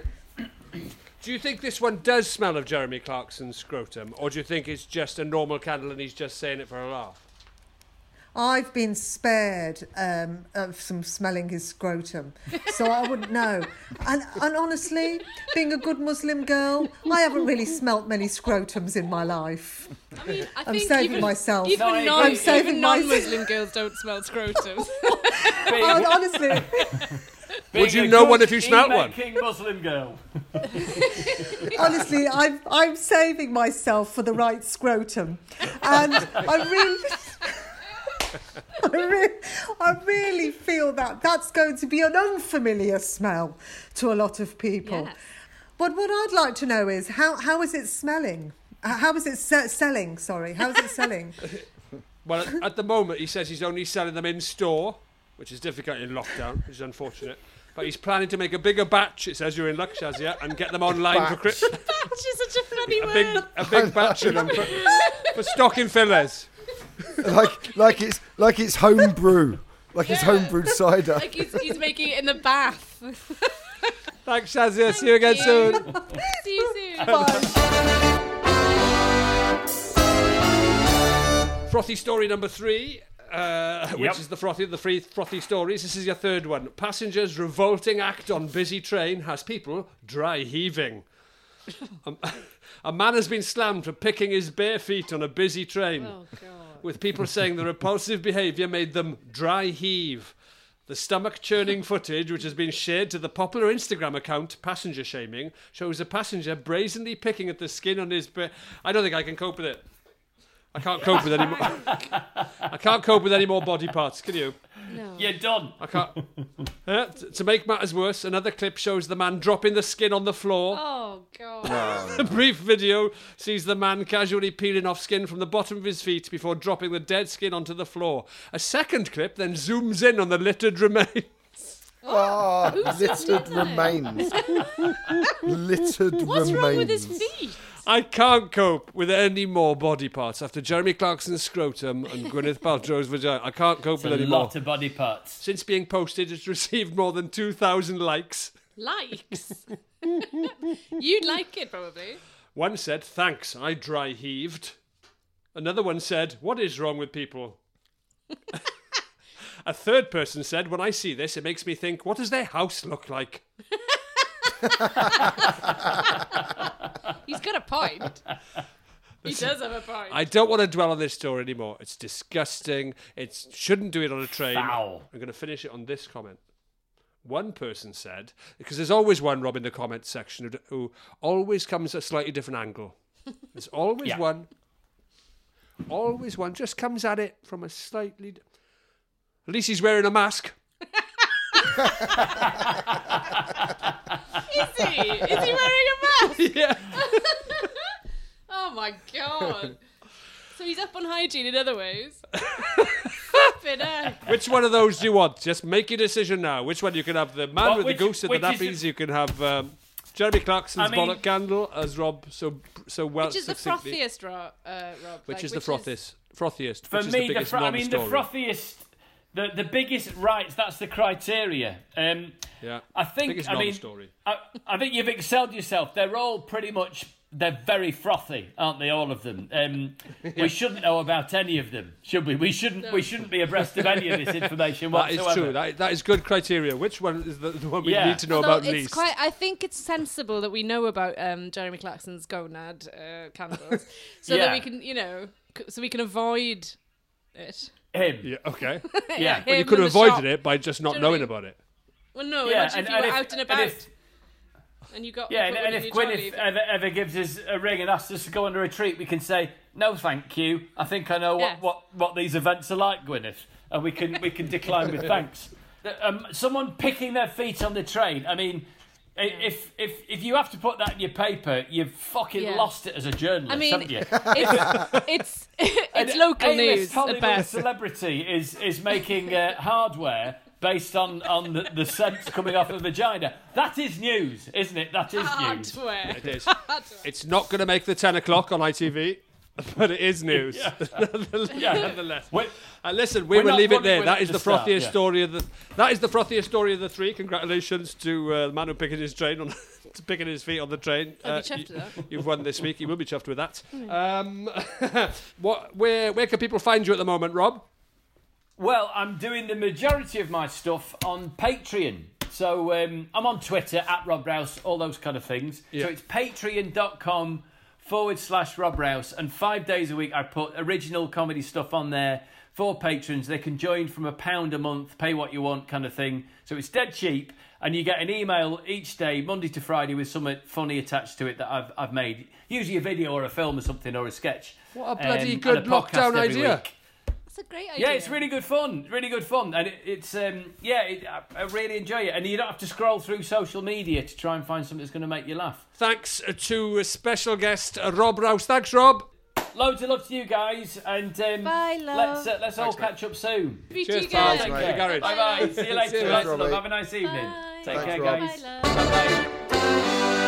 Speaker 2: Do you think this one does smell of Jeremy Clarkson's scrotum, or do you think it's just a normal candle and he's just saying it for a laugh?
Speaker 8: I've been spared um, of some smelling his scrotum, so I wouldn't know. And, and honestly, being a good Muslim girl, I haven't really smelt many scrotums in my life.
Speaker 6: I mean, I
Speaker 8: I'm
Speaker 6: think
Speaker 8: saving
Speaker 6: even,
Speaker 8: myself.
Speaker 6: Even,
Speaker 8: No, I
Speaker 6: non,
Speaker 8: agree. I'm saving
Speaker 6: even
Speaker 8: myself.
Speaker 6: non-Muslim girls don't smell scrotums.
Speaker 8: Hon- honestly,
Speaker 2: Would
Speaker 7: Being
Speaker 2: you
Speaker 7: a
Speaker 2: know
Speaker 7: good
Speaker 2: one if you smelt one?
Speaker 7: tea-making Muslim girl.
Speaker 8: honestly, I'm, I'm saving myself for the right scrotum, and I really. I, re- I really feel that that's going to be an unfamiliar smell to a lot of people. But what I'd like to know is how, how is it smelling? Uh, How is it se- selling? Sorry, how is it selling?
Speaker 2: Well, at, at the moment, he says he's only selling them in store, which is difficult in lockdown, which is unfortunate. But he's planning to make a bigger batch, it says you're in luck, Shazia, and get them online for Christmas.
Speaker 6: That's just such a funny
Speaker 2: A
Speaker 6: word.
Speaker 2: big, a big batch of them for, for stocking fillers.
Speaker 5: like like it's like it's homebrew, like it's homebrewed cider.
Speaker 6: Like he's, he's making it in the bath.
Speaker 2: Thanks, Shazia. See you again soon.
Speaker 6: See you soon.
Speaker 2: Frothy story number three, uh,
Speaker 7: Yep.
Speaker 2: which is the frothy the three frothy stories. This is your third one. Passengers revolting act on busy train has people dry heaving. Um, a man has been slammed for picking his bare feet on a busy train, with people saying the repulsive behaviour made them dry heave. The stomach churning footage, which has been shared to the popular Instagram account Passenger Shaming, shows a passenger brazenly picking at the skin on his. Ba- I don't think I can cope with it. I can't cope with any more. I can't cope with any more body parts. Can you?
Speaker 7: You're done.
Speaker 2: I can't. Uh, t- to make matters worse, another clip shows the man dropping the skin on the floor.
Speaker 6: Oh god.
Speaker 2: A brief video sees the man casually peeling off skin from the bottom of his feet before dropping the dead skin onto the floor. A second clip then zooms in on the littered remains.
Speaker 5: Ah, littered remains. littered
Speaker 6: What's
Speaker 5: remains.
Speaker 6: wrong with his feet?
Speaker 2: I can't cope with any more body parts after Jeremy Clarkson's scrotum and Gwyneth Paltrow's vagina. I can't cope
Speaker 7: It's
Speaker 2: with
Speaker 7: a
Speaker 2: any more.
Speaker 7: lot of body parts.
Speaker 2: Since being posted, it's received more than 2,000 likes.
Speaker 6: Likes. You'd like it probably.
Speaker 2: One said, Thanks, I dry heaved. Another one said, What is wrong with people? A third person said, When I see this, it makes me think, What does their house look like?
Speaker 6: He's got a point. He does have a point.
Speaker 2: I don't want to dwell on this story anymore. It's disgusting. It shouldn't do it on a train.
Speaker 7: Foul.
Speaker 2: I'm going to finish it on this comment. One person said, because there's always one Rob in the comments section who, d- who always comes at a slightly different angle. There's always
Speaker 7: Yeah.
Speaker 2: one. Always one. Just comes at it from a slightly. d- At least he's wearing a mask.
Speaker 6: Is he? Is he wearing a mask?
Speaker 2: yeah.
Speaker 6: Oh my god. So he's up on hygiene in other ways. eh? Flippin' heck.
Speaker 2: Which one of those do you want? Just make your decision now. Which one? You can have the man
Speaker 7: Well,
Speaker 2: with
Speaker 7: which-
Speaker 2: the goose and the
Speaker 7: which is
Speaker 2: nappies. You can have um, Jeremy Clarkson's
Speaker 7: I mean-
Speaker 2: bollock candle, as Rob so so well
Speaker 6: Which is the
Speaker 2: succinctly-
Speaker 6: frothiest, ro- uh, Rob?
Speaker 2: Which
Speaker 6: like,
Speaker 2: is the frothiest, frothiest.
Speaker 7: For
Speaker 2: which is
Speaker 7: me,
Speaker 2: the
Speaker 7: the,
Speaker 2: biggest
Speaker 7: fro- I mean, the
Speaker 2: non-story.
Speaker 7: frothiest, the, the biggest rights, that's the criteria. Um,
Speaker 2: yeah,
Speaker 7: I think,
Speaker 2: biggest
Speaker 7: I mean,
Speaker 2: non-story.
Speaker 7: I, I think you've excelled yourself. They're all pretty much, they're very frothy, aren't they, all of them? Um, We shouldn't know about any of them, should we? We shouldn't, we shouldn't be abreast of any of this information
Speaker 2: That is
Speaker 7: whatsoever.
Speaker 2: true. That, that is good criteria. Which one is the, the one we
Speaker 7: Yeah.
Speaker 2: need to know
Speaker 6: Although
Speaker 2: about
Speaker 6: it's
Speaker 2: least?
Speaker 6: quite, I think it's sensible that we know about um, Jeremy Clarkson's gonad uh, candles, so
Speaker 7: Yeah.
Speaker 6: that we can, you know, c- so we can avoid it.
Speaker 7: Him.
Speaker 2: Yeah, okay.
Speaker 7: Yeah.
Speaker 2: Well, you
Speaker 6: him
Speaker 2: could
Speaker 6: in
Speaker 2: have
Speaker 6: the
Speaker 2: avoided
Speaker 6: shop.
Speaker 2: it by just not
Speaker 6: Do you know what I
Speaker 2: knowing
Speaker 6: mean?
Speaker 2: about it.
Speaker 6: Well, no,
Speaker 7: Yeah,
Speaker 6: imagine if you were out and about.
Speaker 7: if-
Speaker 6: and you got
Speaker 7: Yeah,
Speaker 6: you
Speaker 7: and,
Speaker 6: put
Speaker 7: and
Speaker 6: one in
Speaker 7: if
Speaker 6: your jar
Speaker 7: Gwyneth
Speaker 6: leaf.
Speaker 7: ever, ever gives us a ring and asks us to go on a retreat, we can say, No, thank you. I think I know what,
Speaker 6: Yes.
Speaker 7: what, what these events are like, Gwyneth. And we can we can decline with thanks. Um, someone picking their feet on the train. I mean, i if if if you have to put that in your paper, you've fucking
Speaker 6: Yeah.
Speaker 7: lost it as a journalist,
Speaker 6: I mean,
Speaker 7: haven't you?
Speaker 6: it's it's it's local
Speaker 7: A-list
Speaker 6: news
Speaker 7: Hollywood
Speaker 6: at best.
Speaker 7: celebrity is is making uh, hardware based on on the, the scent coming off a vagina. That is news, isn't it? That is news.
Speaker 6: Hardware.
Speaker 2: It is. It's not going to make the 10 o'clock on ITV, but it is news.
Speaker 7: Yeah.
Speaker 2: yeah. Nonetheless.
Speaker 7: Wait.
Speaker 2: Uh, listen, we
Speaker 7: We're
Speaker 2: will
Speaker 7: not
Speaker 2: leave it
Speaker 7: running
Speaker 2: there.
Speaker 7: with
Speaker 2: That
Speaker 7: it
Speaker 2: is
Speaker 7: to
Speaker 2: the frothiest
Speaker 7: start, yeah.
Speaker 2: story of the. That is the frothiest story of the three. Congratulations to uh, the man who picking his train on, to picking his feet on the train.
Speaker 6: I'll be chuffed
Speaker 2: you,
Speaker 6: with that. Hmm.
Speaker 2: You've won this week. You will be chuffed with that. Um, what? Where? Where can people find you at the moment, Rob?
Speaker 7: Well, I'm doing the majority of my stuff on Patreon. So um, I'm on Twitter at Rob Rouse, all those kind of things. So it's patreon.com forward slash Rob Rouse. And five days a week, I put original comedy stuff on there for patrons. They can join from a pound a month, pay what you want kind of thing. So it's dead cheap. And you get an email each day, Monday to Friday, with something funny attached to it that I've, I've made. Usually a video or a film or something or a sketch.
Speaker 2: What a
Speaker 7: Um,
Speaker 2: bloody
Speaker 7: and
Speaker 2: good
Speaker 7: a podcast
Speaker 2: lockdown
Speaker 7: every
Speaker 2: idea.
Speaker 7: week.
Speaker 6: That's a great idea.
Speaker 7: Yeah, it's really good fun. Really good fun, and it, it's um, yeah, it, I, I really enjoy it. And you don't have to scroll through social media to try and find something that's going to make you laugh.
Speaker 2: Thanks to a special guest uh, Rob Rouse. Thanks, Rob.
Speaker 7: Loads of love to you guys, and um,
Speaker 6: Bye, love.
Speaker 7: Let's uh, let's all catch up soon.
Speaker 6: Be Cheers, together. pals.
Speaker 7: Take
Speaker 6: Thanks,
Speaker 7: care.
Speaker 6: mate.
Speaker 7: Bye bye. See you
Speaker 6: Thanks,
Speaker 7: later.
Speaker 6: Robbie.
Speaker 7: Lots of love. Have a nice evening. Take
Speaker 6: Thanks,
Speaker 7: care,
Speaker 6: Robbie.
Speaker 7: guys. Bye.